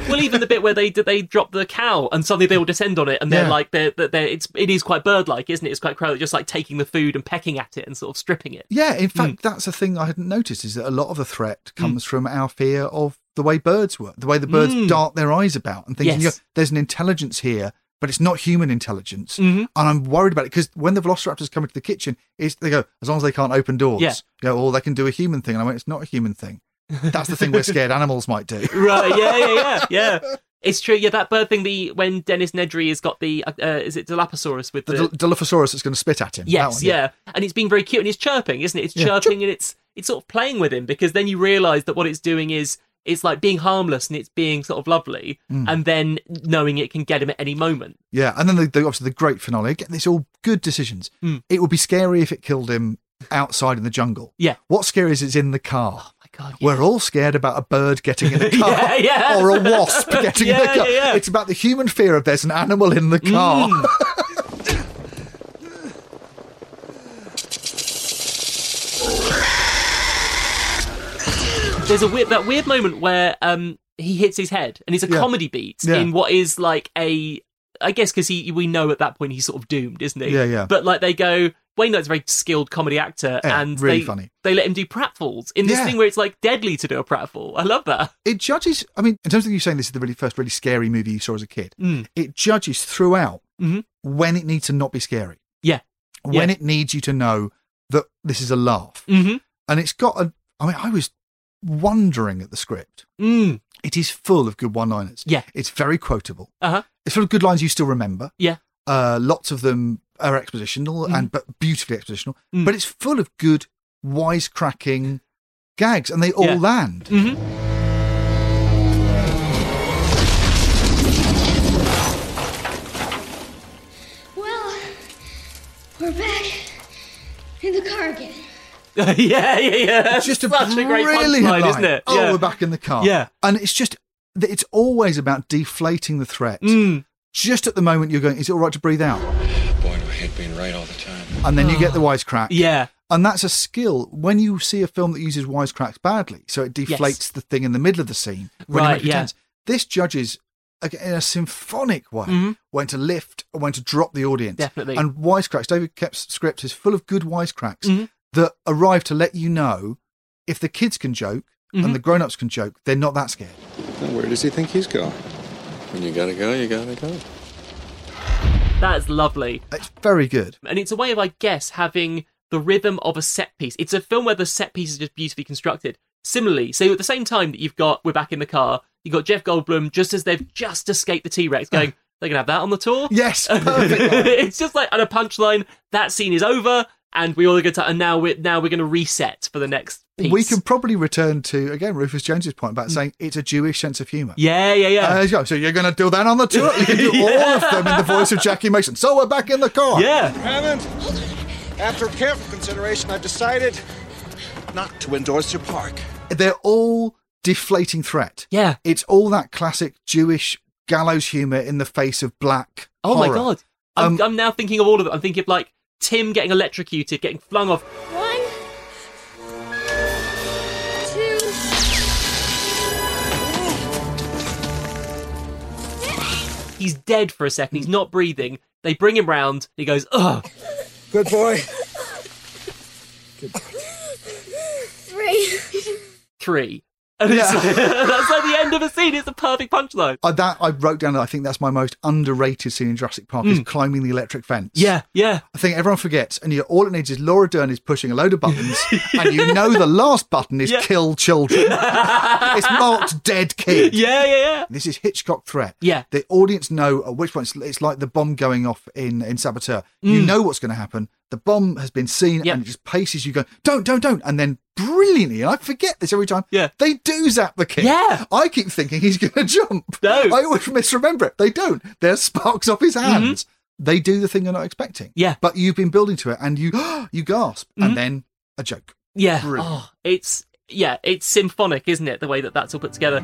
Speaker 3: Well, even the bit where they they drop the cow and suddenly they all descend on it and they're
Speaker 2: Yeah.
Speaker 3: like they're, they're, they're it's it is quite bird like, isn't it? It's quite crow, just like taking the food and pecking at it and sort of stripping it.
Speaker 2: Yeah, in fact, that's a thing I hadn't noticed is that a lot of the threat
Speaker 3: Hmm.
Speaker 2: comes from our fear of the way birds work, the way the birds
Speaker 3: Mm.
Speaker 2: dart their eyes about and things. And you
Speaker 3: Yes.
Speaker 2: go, There's an intelligence here, but it's not human intelligence.
Speaker 3: Mm-hmm.
Speaker 2: And I'm worried about it because when the velociraptors come into the kitchen, it's, they go, as long as they can't open doors,
Speaker 3: Yeah.
Speaker 2: you know, or they can do a human thing. And I went, it's not a human thing. That's the thing we're scared animals might do.
Speaker 3: Right, yeah, yeah, yeah, yeah. It's true. Yeah, that bird thing. The when Dennis Nedry has got the uh, uh, is it Dilophosaurus with the,
Speaker 2: The Dil- Dilophosaurus that's going to spit at him. that
Speaker 3: yes,
Speaker 2: one,
Speaker 3: yeah. and it's being very cute and it's chirping, isn't it? It's
Speaker 2: Yeah.
Speaker 3: chirping and it's it's sort of playing with him because then you realise that what it's doing is it's like being harmless and it's being sort of lovely,
Speaker 2: Mm.
Speaker 3: and then knowing it can get him at any moment.
Speaker 2: Yeah, and then the, the, obviously the great finale. Again, it's all good decisions.
Speaker 3: Hmm.
Speaker 2: It would be scary if it killed him outside in the jungle.
Speaker 3: Yeah.
Speaker 2: What's scary is it's in the car. Oh my
Speaker 3: god!
Speaker 2: We're all scared about a bird getting in the car
Speaker 3: Yeah, yeah.
Speaker 2: or a wasp getting in
Speaker 3: Yeah,
Speaker 2: the car.
Speaker 3: yeah, Hmm. yeah.
Speaker 2: It's about the human fear of there's an animal in the car.
Speaker 3: There's a weird that weird moment where um he hits his head, and it's a
Speaker 6: Yeah.
Speaker 3: comedy beat
Speaker 6: Yeah.
Speaker 3: in what is like a I guess because he we know at that point he's sort of doomed, isn't he?
Speaker 6: Yeah, yeah.
Speaker 3: But like they go. Wainwright's a very skilled comedy actor,
Speaker 2: Yeah,
Speaker 3: and
Speaker 2: really
Speaker 3: they,
Speaker 2: funny.
Speaker 3: they let him do pratfalls in this
Speaker 2: Yeah.
Speaker 3: thing where it's like deadly to do a pratfall. I love that.
Speaker 2: It judges. I mean, in terms of you saying this is the really first really scary movie you saw as a kid,
Speaker 3: Mm.
Speaker 2: it judges throughout
Speaker 3: Mm-hmm.
Speaker 2: when it needs to not be scary.
Speaker 3: Yeah.
Speaker 2: When
Speaker 3: Yeah.
Speaker 2: it needs you to know that this is a laugh.
Speaker 3: Mm-hmm.
Speaker 2: And it's got a. I mean, I was wondering at the script.
Speaker 3: Mm.
Speaker 2: It is full of good one-liners.
Speaker 3: Yeah.
Speaker 2: It's very quotable.
Speaker 3: Uh huh.
Speaker 2: It's full of good lines you still remember.
Speaker 3: Yeah.
Speaker 2: Uh, lots of them are expositional
Speaker 3: Mm.
Speaker 2: and but beautifully expositional. But it's full of good wisecracking gags, and they all
Speaker 3: Yeah.
Speaker 2: land.
Speaker 3: Mm-hmm.
Speaker 13: Well, In the car again.
Speaker 3: yeah, yeah, yeah. That's
Speaker 2: just a
Speaker 3: such a great
Speaker 2: brilliant
Speaker 3: punchline,
Speaker 2: line.
Speaker 3: isn't it?
Speaker 2: Oh,
Speaker 3: yeah.
Speaker 2: we're back in the car.
Speaker 3: Yeah.
Speaker 2: and it's just that it's always about deflating the threat.
Speaker 3: Mm.
Speaker 2: Just at the moment you're going, is it all right to breathe out?
Speaker 19: Boy, do I hate being right all the time.
Speaker 2: And then you get the wisecrack.
Speaker 3: Ah. Yeah.
Speaker 2: And that's a skill when you see a film that uses wisecracks badly, so it deflates
Speaker 3: Yes.
Speaker 2: the thing in the middle of the scene. When you
Speaker 3: Right,
Speaker 2: make it
Speaker 3: yeah.
Speaker 2: tense. This judges like, in a symphonic way when to lift and when to drop the audience.
Speaker 3: Mm-hmm. Definitely.
Speaker 2: And wisecracks, David Kep's script is full of good wisecracks
Speaker 3: Mm-hmm.
Speaker 2: that arrive to let you know if the kids can joke
Speaker 3: Mm-hmm.
Speaker 2: and the grown ups can joke, they're not that scared.
Speaker 19: Now, where does he think he's going? When you gotta go, you gotta go.
Speaker 3: That's lovely.
Speaker 2: It's very good.
Speaker 3: And it's a way of, I guess, having the rhythm of a set piece. It's a film where the set piece is just beautifully constructed. Similarly, so at the same time that you've got We're Back in the Car, you've got Jeff Goldblum just as they've just escaped the T Rex going, they're going to have that on the tour?
Speaker 2: Yes,
Speaker 3: it's just like, and a punchline, that scene is over, and we all are going to, and now we're, now we're going to reset for the next piece.
Speaker 2: We can probably return to again Rufus Jones's point
Speaker 3: Mm.
Speaker 2: about saying it's a Jewish sense of humour.
Speaker 3: Yeah, yeah, yeah.
Speaker 2: Uh, there you go. so you're going to do that on the tour. You can do all of them in the voice of Jackie Mason. So we're back in the car.
Speaker 6: Hammond, after careful consideration, I've decided not to endorse your park.
Speaker 2: they're all deflating threat.
Speaker 3: Yeah,
Speaker 2: it's all that classic Jewish gallows humour in the face of black.
Speaker 3: Oh my
Speaker 2: horror.
Speaker 3: god. I'm,
Speaker 2: Um,
Speaker 3: I'm now thinking of all of it. I'm thinking of like Tim getting electrocuted, getting flung off.
Speaker 13: One, two.
Speaker 3: He's dead for a second. He's not breathing. They bring him round. He goes, ugh.
Speaker 6: Good boy.
Speaker 13: Three.
Speaker 3: Three. And it's like, that's like the end of a scene. It's a perfect punchline.
Speaker 2: Uh, that I wrote down. I think that's my most underrated scene in Jurassic Park is climbing the electric fence.
Speaker 3: Mm. Yeah, yeah.
Speaker 2: I think everyone forgets, and you, all it needs is Laura Dern is pushing a load of buttons, and you know the last button is kill children. it's marked dead kid.
Speaker 3: Yeah, yeah, yeah.
Speaker 2: This is Hitchcock threat.
Speaker 3: Yeah.
Speaker 2: The audience know at which point it's, it's like the bomb going off in, in Saboteur. You know what's going to happen. The bomb has been seen and it just paces you going, don't, don't, don't. And then brilliantly, and I forget this every time, yeah. they do zap the kid. Yeah. I keep thinking he's going to jump. No. I always misremember it. They don't. There's sparks off his hands. They do the thing you're not expecting.
Speaker 3: Yeah.
Speaker 2: But you've been building to it and you, you gasp. And then a joke.
Speaker 3: Yeah.
Speaker 2: Brilliant.
Speaker 3: Oh, it's yeah, it's symphonic, isn't it? The way that that's all put together.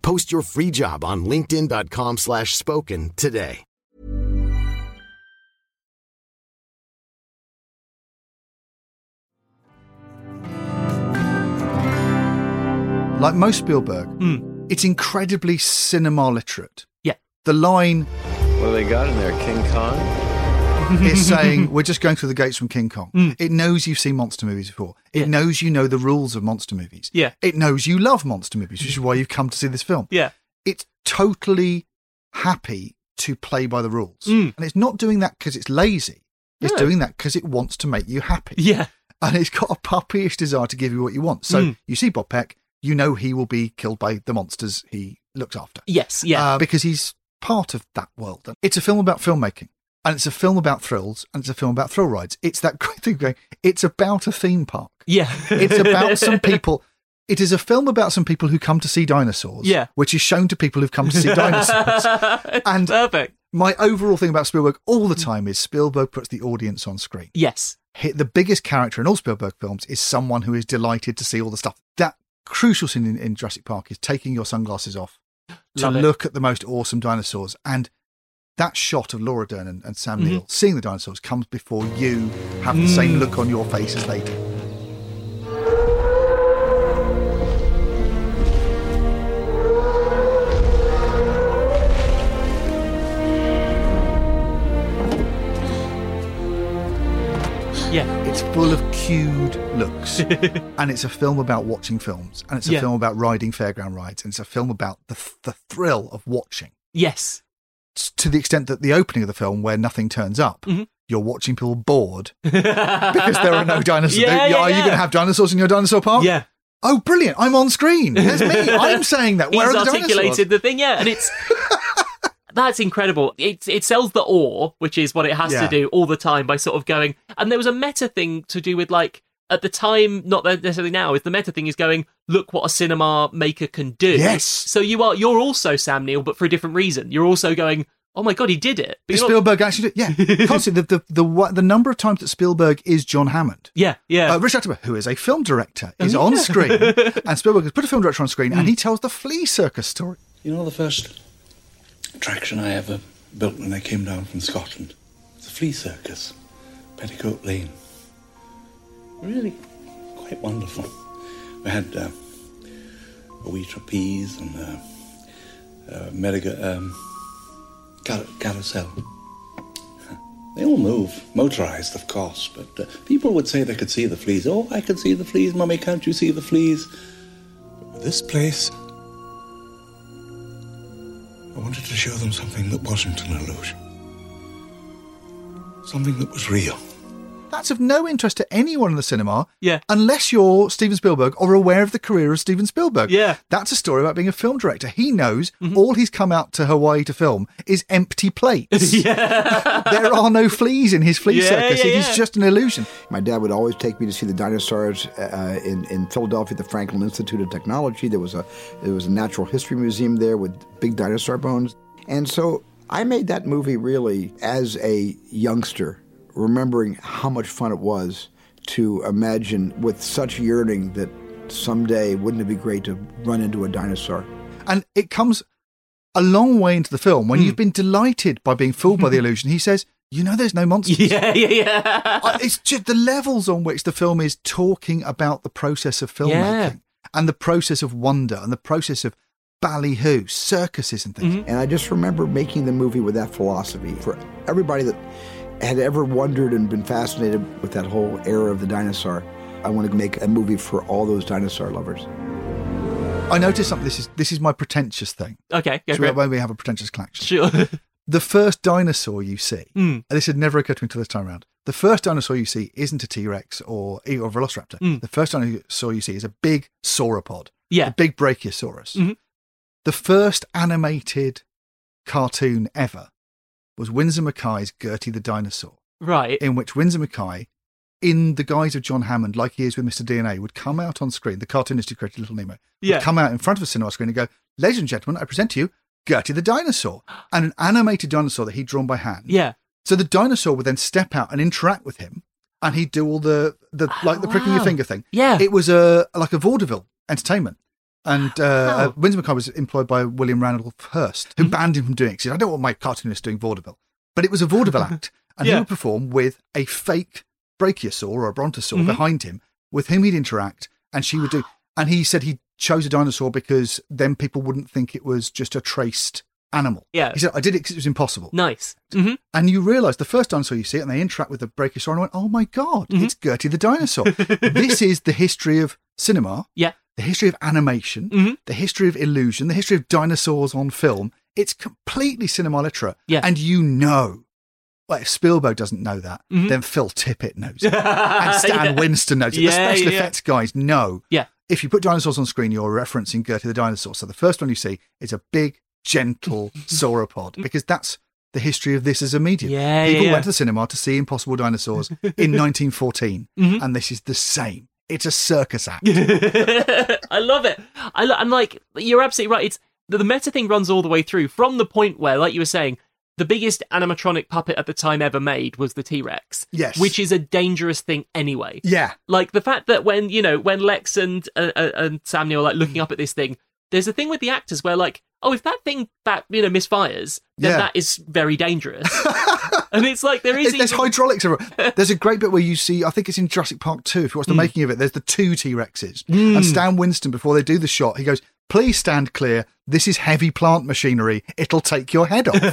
Speaker 24: Post your free job on linkedin.com/spoken slash spoken today.
Speaker 2: Like most Spielberg, it's incredibly cinema literate.
Speaker 3: Yeah.
Speaker 2: The line,
Speaker 15: What do they got in there? King Kong?
Speaker 2: it's saying we're just going through the gates from King Kong.
Speaker 3: Mm.
Speaker 2: It knows you've seen monster movies before. It knows you know the rules of monster movies.
Speaker 3: Yeah.
Speaker 2: It knows you love monster movies, which is why you've come to see this film.
Speaker 3: Yeah.
Speaker 2: It's totally happy to play by the rules. And it's not doing that because it's lazy. It's
Speaker 3: Mm. No.
Speaker 2: doing that because it wants to make you happy.
Speaker 3: Yeah.
Speaker 2: And it's got a puppyish desire to give you what you want. So
Speaker 3: Mm.
Speaker 2: you see Bob Peck, you know he will be killed by the monsters he looks after.
Speaker 3: Yes, yeah.
Speaker 2: Uh, because he's part of that world. And It's a film about filmmaking, and it's a film about thrills, and it's a film about thrill rides. It's that great thing going. It's about a theme park.
Speaker 3: Yeah.
Speaker 2: It's about some people. It is a film about some people who come to see dinosaurs.
Speaker 3: Yeah.
Speaker 2: which is shown to people who've come to see dinosaurs. and
Speaker 3: perfect.
Speaker 2: My overall thing about Spielberg all the time is Spielberg puts the audience on screen.
Speaker 3: Yes.
Speaker 2: Hi- The biggest character in all Spielberg films is someone who is delighted to see all the stuff. That crucial scene in, in Jurassic Park is taking your sunglasses off to
Speaker 3: Love it.
Speaker 2: look at the most awesome dinosaurs. And that shot of Laura Dern and, and Sam Neill seeing the dinosaurs comes before you have the same
Speaker 3: Mm-hmm. Mm.
Speaker 2: look on your face as they do.
Speaker 3: Yeah.
Speaker 2: It's full of cued looks. and it's a film about watching films. And it's a
Speaker 3: Yeah.
Speaker 2: film about riding fairground rides. And it's a film about the, the thrill of watching.
Speaker 3: Yes.
Speaker 2: S- To the extent that the opening of the film, where nothing turns up,
Speaker 3: Mm-hmm.
Speaker 2: you're watching people bored because there are no dinosaurs.
Speaker 3: Yeah, yeah,
Speaker 2: are you
Speaker 3: yeah.
Speaker 2: going to have dinosaurs in your dinosaur park?
Speaker 3: Yeah.
Speaker 2: Oh, brilliant. I'm on screen. There's me. I'm saying that. Where
Speaker 3: He's
Speaker 2: are the dinosaurs?
Speaker 3: articulated the thing, yeah, and it's that's incredible. It it sells the awe, which is what it has
Speaker 2: Yeah.
Speaker 3: to do all the time by sort of going. And there was a meta thing to do with like at the time, not that necessarily now, is the meta thing is going. Look what a cinema maker can do.
Speaker 2: Yes.
Speaker 3: So you are you're also Sam Neill, but for a different reason. You're also going. Oh my god, he did it. But
Speaker 2: Did
Speaker 3: you're not-
Speaker 2: Spielberg actually do it? Yeah. Constantly, the, the, the, wa- the number of times that Spielberg is John Hammond.
Speaker 3: Yeah, yeah. Mm-hmm.
Speaker 2: Uh, Richard Attenborough, who is a film director, is
Speaker 3: yeah. Mm.
Speaker 2: on screen. and Spielberg has put a film director on screen and he tells the flea circus story.
Speaker 9: You know the first attraction I ever built when I came down from Scotland? The flea circus, Petticoat Lane. Really quite wonderful. We had uh, a wee trapeze and a, a medica, um, car- carousel. They all move, motorized, of course, but uh, people would say they could see the fleas. Oh, I can see the fleas, Mummy, can't you see the fleas? But this place,
Speaker 5: I wanted to show them something that wasn't an illusion. Something that was real.
Speaker 2: That's of no interest to anyone in the cinema
Speaker 3: Yeah.
Speaker 2: unless you're Steven Spielberg or aware of the career of Steven Spielberg.
Speaker 3: Yeah. Mm-hmm.
Speaker 2: That's a story about being a film director. He knows all he's come out to Hawaii to film is empty plates. there are no fleas in his flea
Speaker 3: Yeah,
Speaker 2: circus.
Speaker 3: yeah,
Speaker 2: It is
Speaker 3: yeah.
Speaker 2: just an illusion.
Speaker 21: My dad would always take me to see the dinosaurs uh, in, in Philadelphia, the Franklin Institute of Technology. There was a there was a natural history museum there with big dinosaur bones, and so I made that movie really as a youngster, remembering how much fun it was to imagine with such yearning that someday wouldn't it be great to run into a dinosaur.
Speaker 2: And it comes a long way into the film
Speaker 3: Mm.
Speaker 2: when you've been delighted by being fooled by the illusion. He says, You know, there's no monsters.
Speaker 3: yeah, yeah, yeah.
Speaker 2: I- it's just the levels on which the film is talking about the process of filmmaking
Speaker 3: Yeah.
Speaker 2: and the process of wonder and the process of ballyhoo, circuses, and things.
Speaker 21: And I just remember making the movie with that philosophy for everybody that had ever wondered and been fascinated with that whole era of the dinosaur. I want to make a movie for all those dinosaur lovers.
Speaker 3: Mm-hmm.
Speaker 2: I noticed something. This is this is my pretentious thing.
Speaker 3: Okay, go
Speaker 2: so
Speaker 3: for it.
Speaker 2: maybe we have a pretentious collection.
Speaker 3: Sure.
Speaker 2: The first dinosaur you see,
Speaker 3: Mm.
Speaker 2: and this had never occurred to me until this time around. The first dinosaur you see isn't a T Rex or or a Velociraptor.
Speaker 3: Mm.
Speaker 2: The first dinosaur you see is a big sauropod,
Speaker 3: Yeah.
Speaker 2: a big Brachiosaurus.
Speaker 3: Mhm.
Speaker 2: The first animated cartoon ever was Windsor Mackay's Gertie the Dinosaur,
Speaker 3: Right.
Speaker 2: in which Windsor Mackay, in the guise of John Hammond, like he is with Mr. DNA, would come out on screen, the cartoonist who created Little Nemo,
Speaker 3: Yeah.
Speaker 2: would come out in front of a cinema screen and go, Ladies and gentlemen, I present to you Gertie the Dinosaur, and an animated dinosaur that he'd drawn by hand.
Speaker 3: Yeah.
Speaker 2: So the dinosaur would then step out and interact with him, and he'd do all the, the like the pricking your
Speaker 3: Oh, wow.
Speaker 2: finger thing.
Speaker 3: Yeah.
Speaker 2: It was a like a vaudeville entertainment. And uh, uh, Windsor McCoy was employed by William Randolph Hearst,
Speaker 3: Mm-hmm.
Speaker 2: who banned him from doing it. He said, I don't want my cartoonist doing vaudeville. But it was a vaudeville act, and he
Speaker 3: Yeah.
Speaker 2: would perform with a fake brachiosaur or a brontosaur
Speaker 3: Mhm.
Speaker 2: behind him. With him, he'd interact, and she would do. And he said he chose a dinosaur because then people wouldn't think it was just a traced animal.
Speaker 3: Yeah.
Speaker 2: He said, I did it because it was impossible.
Speaker 3: Nice. hmm
Speaker 2: And you realise the first dinosaur you see it, and they interact with the brachiosaur, and I went, "Oh my god, it's
Speaker 3: Mm-hmm.
Speaker 2: Gertie the dinosaur." this is the history of cinema,
Speaker 3: Yeah.
Speaker 2: the history of animation,
Speaker 3: Mhm.
Speaker 2: the history of illusion, the history of dinosaurs on film. It's completely cinema literate,
Speaker 3: Yeah.
Speaker 2: and you know. Well, if Spielberg doesn't know that,
Speaker 3: Mhm.
Speaker 2: then Phil Tippett knows it. and Stan
Speaker 3: Yeah.
Speaker 2: Winston knows it.
Speaker 3: Yeah,
Speaker 2: the special
Speaker 3: yeah.
Speaker 2: effects guys know.
Speaker 3: Yeah.
Speaker 2: If you put dinosaurs on screen, you're referencing Gertie the dinosaur. So the first one you see is a big, gentle sauropod because that's the history of this as a medium.
Speaker 3: Yeah,
Speaker 2: People
Speaker 3: yeah, yeah.
Speaker 2: went to the cinema to see Impossible Dinosaurs in 1914,
Speaker 3: Mm-hmm.
Speaker 2: and this is the same. It's a circus act.
Speaker 3: I love it. I lo- I'm like, you're absolutely right. It's the, the meta thing runs all the way through from the point where, like you were saying, the biggest animatronic puppet at the time ever made was the T Rex.
Speaker 2: Yes.
Speaker 3: Which is a dangerous thing anyway.
Speaker 2: yeah. Hmm.
Speaker 3: Like the fact that when you know when Lex and uh, uh, and Samuel are like looking up at this thing, there's a thing with the actors where like, oh, if that thing that you know misfires, then
Speaker 2: Yeah.
Speaker 3: that is very dangerous. and it's like there is
Speaker 2: There's
Speaker 3: even-
Speaker 2: hydraulics everywhere. There's a great bit where you see, I think it's in Jurassic Park 2, if you watch the
Speaker 3: Mm.
Speaker 2: making of it, there's the two T Rexes.
Speaker 3: Mm.
Speaker 2: And Stan Winston, before they do the shot, he goes, Please stand clear. This is heavy plant machinery. It'll take your head off. and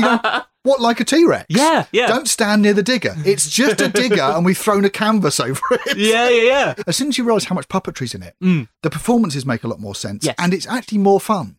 Speaker 2: you go, What, like a T Rex? Yeah, yeah. Don't stand near the digger. It's just a digger, and we've thrown a canvas over it.
Speaker 3: Yeah, yeah,
Speaker 2: yeah. As soon as you realise how much puppetry's in it,
Speaker 3: Mm.
Speaker 2: the performances make a lot more sense, and it's actually more fun.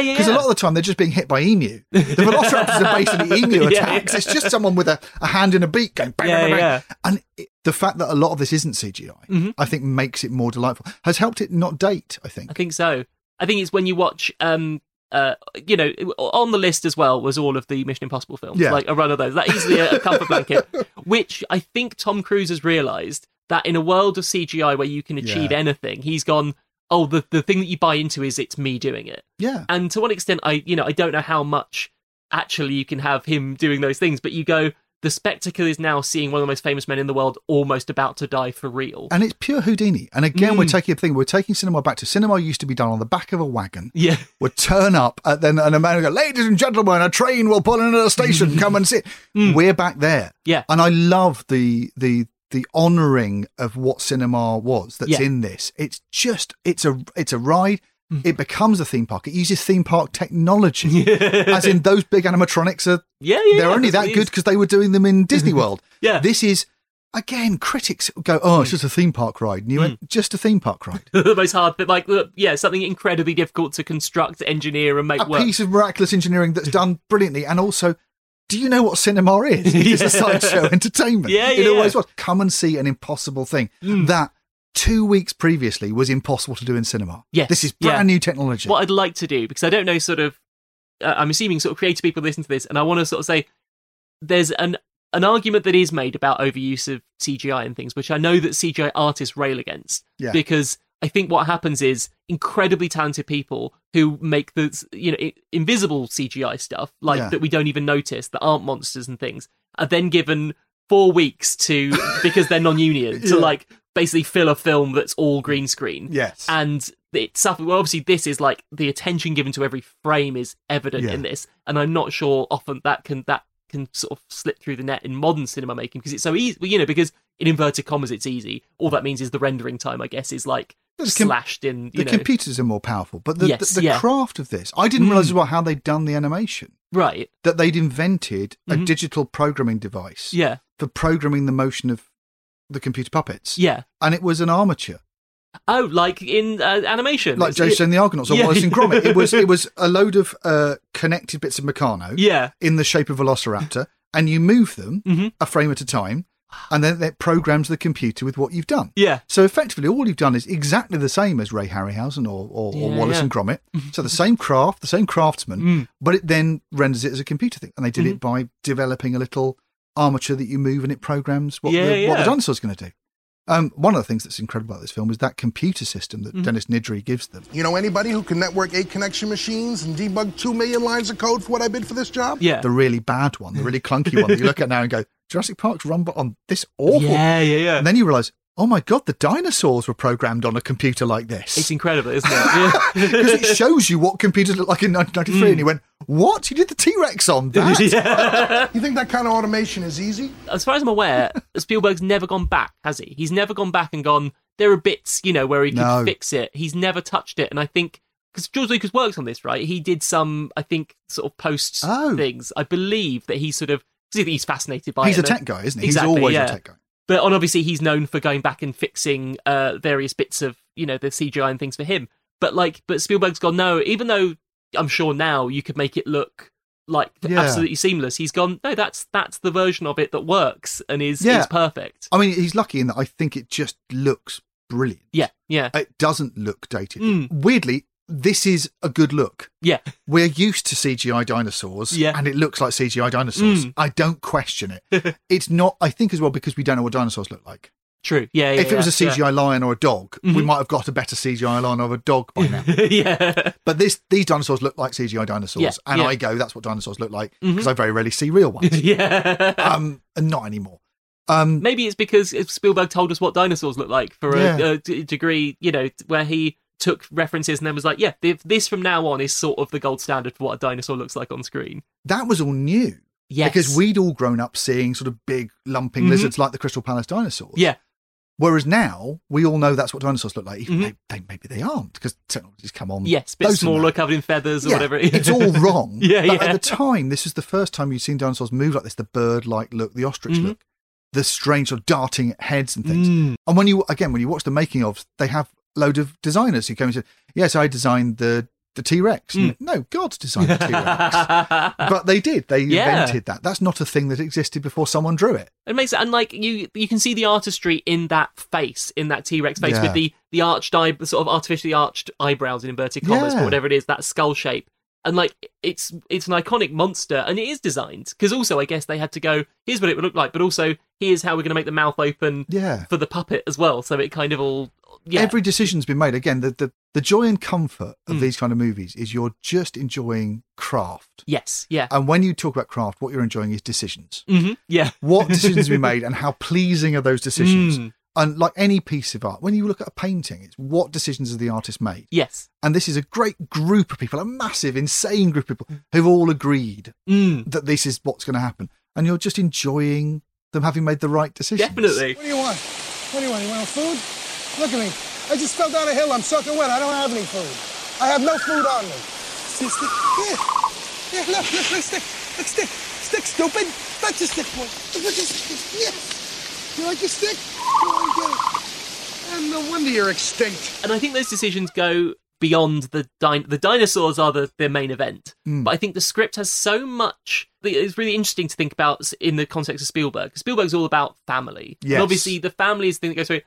Speaker 3: yeah.
Speaker 2: Because a lot of the time they're just being hit by emu. The velociraptors are basically emu
Speaker 3: Yeah,
Speaker 2: attacks.
Speaker 3: yeah.
Speaker 2: It's just someone with a, a hand in a beak going bang,
Speaker 3: Yeah,
Speaker 2: bang, bang,
Speaker 3: yeah. Mm-hmm.
Speaker 2: And it, the fact that a lot of this isn't CGI, I think, makes it more delightful. Has helped it not date, I think.
Speaker 3: I think so. I think it's when you watch, um, uh, you know, on the list as well was all of the Mission Impossible films,
Speaker 2: Yeah.
Speaker 3: like a run of those. That easily a, a comfort blanket, which I think Tom Cruise has realised that in a world of CGI where you can achieve
Speaker 8: Yeah.
Speaker 3: anything, he's gone. Oh, the the thing that you buy into is it's me doing it.
Speaker 2: Yeah.
Speaker 3: And to one extent, I you know I don't know how much actually you can have him doing those things, but you go. The spectacle is now seeing one of the most famous men in the world almost about to die for real.
Speaker 2: And it's pure Houdini. And again, we're
Speaker 3: Mm.
Speaker 2: taking a thing. We're taking cinema back to cinema used to be done on the back of a wagon.
Speaker 3: Yeah.
Speaker 2: Would turn up, and then and a man would go, "Ladies and gentlemen, a train will pull in at a station. Come and sit." We're back there.
Speaker 3: Mm. Yeah.
Speaker 2: And I love the the the honouring of what cinema was that's
Speaker 3: Yeah.
Speaker 2: in this. It's just it's a it's a ride.
Speaker 3: Mm.
Speaker 2: It becomes a theme park. It uses theme park technology, as in those big animatronics are.
Speaker 3: Yeah, yeah,
Speaker 2: they're
Speaker 3: yeah,
Speaker 2: only
Speaker 3: that's what
Speaker 2: that
Speaker 3: it
Speaker 2: good
Speaker 3: is.
Speaker 2: because they were doing them in Disney World.
Speaker 3: Yeah. Mm.
Speaker 2: This is, again, critics go, oh, it's just a theme park ride. And you went, just a theme park ride.
Speaker 3: the most hard bit, like look, yeah, something incredibly difficult to construct, engineer, and make
Speaker 2: A
Speaker 3: work.
Speaker 2: piece of miraculous engineering that's done brilliantly. And also, do you know what cinema is? It's a
Speaker 3: Yeah.
Speaker 2: sideshow entertainment.
Speaker 3: Yeah,
Speaker 2: It
Speaker 3: yeah, Hmm.
Speaker 2: always
Speaker 3: yeah.
Speaker 2: was. Come and see an impossible thing that two weeks previously was impossible to do in cinema.
Speaker 3: Yes,
Speaker 2: This is
Speaker 3: yeah.
Speaker 2: brand new technology.
Speaker 3: What I'd like to do, because I don't know, sort of, uh, I'm assuming sort of creative people listen to this, and I want to sort of say there's an an argument that is made about overuse of CGI and things, which I know that CGI artists rail against,
Speaker 8: Yeah.
Speaker 3: because I think what happens is incredibly talented people who make the you know i- invisible CGI stuff like
Speaker 8: Yeah.
Speaker 3: that we don't even notice that aren't monsters and things are then given four weeks to because they're non-union to
Speaker 8: Yeah.
Speaker 3: like basically fill a film that's all green screen.
Speaker 8: Yes.
Speaker 3: And it suffers. Well, obviously, this is like the attention given to every frame is evident
Speaker 8: Yeah.
Speaker 3: in this, and I'm not sure often that can that can sort of slip through the net in modern cinema making because it's so easy. Well, you know, because in inverted commas, it's easy. All that means is the rendering time, I guess, is like
Speaker 2: There's com-
Speaker 3: slashed in. You
Speaker 2: the
Speaker 3: know,
Speaker 2: computers are more powerful, but the,
Speaker 3: Yes,
Speaker 2: the, the
Speaker 3: yeah.
Speaker 2: craft of this, I didn't
Speaker 3: Mm.
Speaker 2: realize as well how they'd done the animation.
Speaker 3: right?
Speaker 2: That they'd invented a
Speaker 3: Mhm.
Speaker 2: digital programming device
Speaker 3: Yeah,
Speaker 2: for programming the motion of the computer puppets.
Speaker 3: yeah.
Speaker 2: And it was an armature,
Speaker 3: Oh, like in uh, animation,
Speaker 2: like
Speaker 3: It's-
Speaker 2: Jason and the Argonauts or
Speaker 3: Yeah.
Speaker 2: Wallace and Gromit. It was it was a load of uh, connected bits of Meccano,
Speaker 3: Yeah. Mm-hmm.
Speaker 2: in the shape of Velociraptor, and you move them a frame at a time, and then it programs the computer with what you've done.
Speaker 3: Yeah.
Speaker 2: So effectively, all you've done is exactly the same as Ray Harryhausen or or, or
Speaker 3: Yeah,
Speaker 2: Wallace
Speaker 3: yeah.
Speaker 2: and Gromit. So the same craft, the same craftsman,
Speaker 3: Mm. Mm-hmm.
Speaker 2: but it then renders it as a computer thing, and they did it by developing a little armature that you move and it programs what,
Speaker 3: Yeah,
Speaker 2: the, what the
Speaker 3: yeah.
Speaker 2: dinosaur's going to do. Um, one of the things that's incredible about this film is that computer system that
Speaker 3: Mm-hmm.
Speaker 12: Mhm.
Speaker 2: Dennis Nidri gives them.
Speaker 12: You know anybody who can network eight connection machines and debug two million lines of code for what I bid for this job?
Speaker 2: The really bad one, the really clunky one that you look at now and go, Jurassic Park's run b- on this awful.
Speaker 3: Yeah, yeah, yeah.
Speaker 2: And then you realize, oh my God, the dinosaurs were programmed on a computer like this.
Speaker 3: It's incredible, isn't it? Yeah.
Speaker 2: Because it shows you what computers looked like in 1993.
Speaker 3: Hmm.
Speaker 2: And he went, what? You did the T Rex on that?
Speaker 12: You think that kind of automation is easy?
Speaker 3: as far as I'm aware, Spielberg's never gone back, has he? He's never gone back and gone. There are bits, you know, where he could
Speaker 8: No.
Speaker 3: fix it. He's never touched it, and I think because George Lucas works on this, right? He did some, I think, sort of post things. I believe that he sort of 'cause he- he's fascinated by.
Speaker 2: Oh. He's
Speaker 3: it,
Speaker 2: a
Speaker 3: and-
Speaker 2: tech guy, isn't he? He's
Speaker 3: Exactly,
Speaker 2: always a
Speaker 3: yeah.
Speaker 2: tech guy.
Speaker 3: But on obviously, he's known for going back and fixing uh, various bits of you know the CGI and things for him. But like, but Spielberg's gone. No, even though I'm sure now you could make it look like
Speaker 2: Yeah.
Speaker 3: absolutely seamless. He's gone. No, that's that's the version of it that works and is
Speaker 2: Yeah.
Speaker 3: is perfect.
Speaker 2: I mean, he's lucky in that I think it just looks brilliant.
Speaker 3: Yeah, yeah. Hmm.
Speaker 2: It doesn't look dated. Weirdly, this is a good look.
Speaker 3: Yeah.
Speaker 2: We're used to CGI dinosaurs,
Speaker 3: Yeah.
Speaker 2: and it looks like CGI dinosaurs.
Speaker 3: Mm.
Speaker 2: I don't question it. it's not, I think, as well, because we don't know what dinosaurs look like.
Speaker 3: True. Yeah. yeah
Speaker 2: if it was a
Speaker 3: yeah,
Speaker 2: CGI lion or a dog, we
Speaker 3: Mhm.
Speaker 2: might have got a better CGI lion or a dog by now.
Speaker 3: yeah.
Speaker 2: But this, these dinosaurs look like CGI dinosaurs,
Speaker 3: Yeah,
Speaker 2: and
Speaker 3: yeah.
Speaker 2: I go, that's what dinosaurs look like
Speaker 3: Mhm.
Speaker 2: because I very rarely see real ones.
Speaker 3: yeah.
Speaker 2: um, and not anymore. Um,
Speaker 3: Maybe it's because Spielberg told us what dinosaurs look like for a,
Speaker 2: Yeah.
Speaker 3: a d- degree, you know, where he took references and then was like, yeah, th- this from now on is sort of the gold standard for what a dinosaur looks like on screen.
Speaker 2: That was all new.
Speaker 3: Yes.
Speaker 2: Because we'd all grown up seeing sort of big lumping
Speaker 3: Mhm.
Speaker 2: lizards like the Crystal Palace dinosaurs.
Speaker 3: Yeah.
Speaker 2: Whereas now we all know that's what dinosaurs look like. Even
Speaker 3: Mhm.
Speaker 2: they, they maybe they aren't because technology's come on.
Speaker 3: Yes, bit
Speaker 2: Um, close enough.
Speaker 3: smaller, covered in feathers or
Speaker 2: Yeah,
Speaker 3: whatever. it is.
Speaker 2: it's all wrong.
Speaker 3: yeah,
Speaker 2: but
Speaker 3: yeah.
Speaker 2: At the time, this was the first time you'd seen dinosaurs move like this: the bird-like look, the ostrich
Speaker 3: Mhm.
Speaker 2: look, the strange sort of darting heads and things.
Speaker 3: Mm.
Speaker 2: And when you again, when you watch the making of, they have a load of designers who came and said, "Yes, I designed the the T Rex."
Speaker 3: Mm.
Speaker 2: No, God's designed the T Rex, but they did. They
Speaker 3: Yeah.
Speaker 2: invented that. That's not a thing that existed before someone drew it.
Speaker 3: It makes it and like you you can see the artistry in that face, in that T Rex face
Speaker 2: Yeah.
Speaker 3: with the the arched eye the sort of artificially arched eyebrows in inverted commas
Speaker 2: Yeah.
Speaker 3: or whatever it is, that skull shape. And like it's it's an iconic monster and it is designed. Because also I guess they had to go, here's what it would look like, but also here's how we're gonna make the mouth open
Speaker 2: Yeah.
Speaker 3: for the puppet as well. So it kind of all yeah.
Speaker 2: Every decision's been made. Again, the, the, the joy and comfort of
Speaker 3: Mm.
Speaker 2: these kind of movies is you're just enjoying craft.
Speaker 3: yes, yeah.
Speaker 2: And when you talk about craft, what you're enjoying is decisions.
Speaker 3: hmm Yeah.
Speaker 2: What decisions we made and how pleasing are those decisions?
Speaker 3: Mm.
Speaker 2: And like any piece of art, when you look at a painting, it's what decisions has the artist made?
Speaker 3: Yes.
Speaker 2: And this is a great group of people, a massive, insane group of people
Speaker 3: Mm.
Speaker 2: who've all agreed that this is what's going to happen. And you're just enjoying them having made the right decisions.
Speaker 3: Definitely.
Speaker 12: What do you want? What do you want? You want food? Look at me. I just fell down a hill. I'm soaking wet. I don't have any food. I have no food on me. See, stick. Yeah. Yeah, look, look, look, stick. Look, stick. Stick, stupid. That's a stick, boy. Look at stick. Yeah. You like your stick? You want to get it? And no wonder you're extinct.
Speaker 3: And I think those decisions go beyond the din- the dinosaurs are the, the main event.
Speaker 2: Mm.
Speaker 3: But I think the script has so much that it's really interesting to think about s- in the context of Spielberg. Spielberg's all about family. And
Speaker 2: Yes.
Speaker 3: obviously the family is the thing that goes through.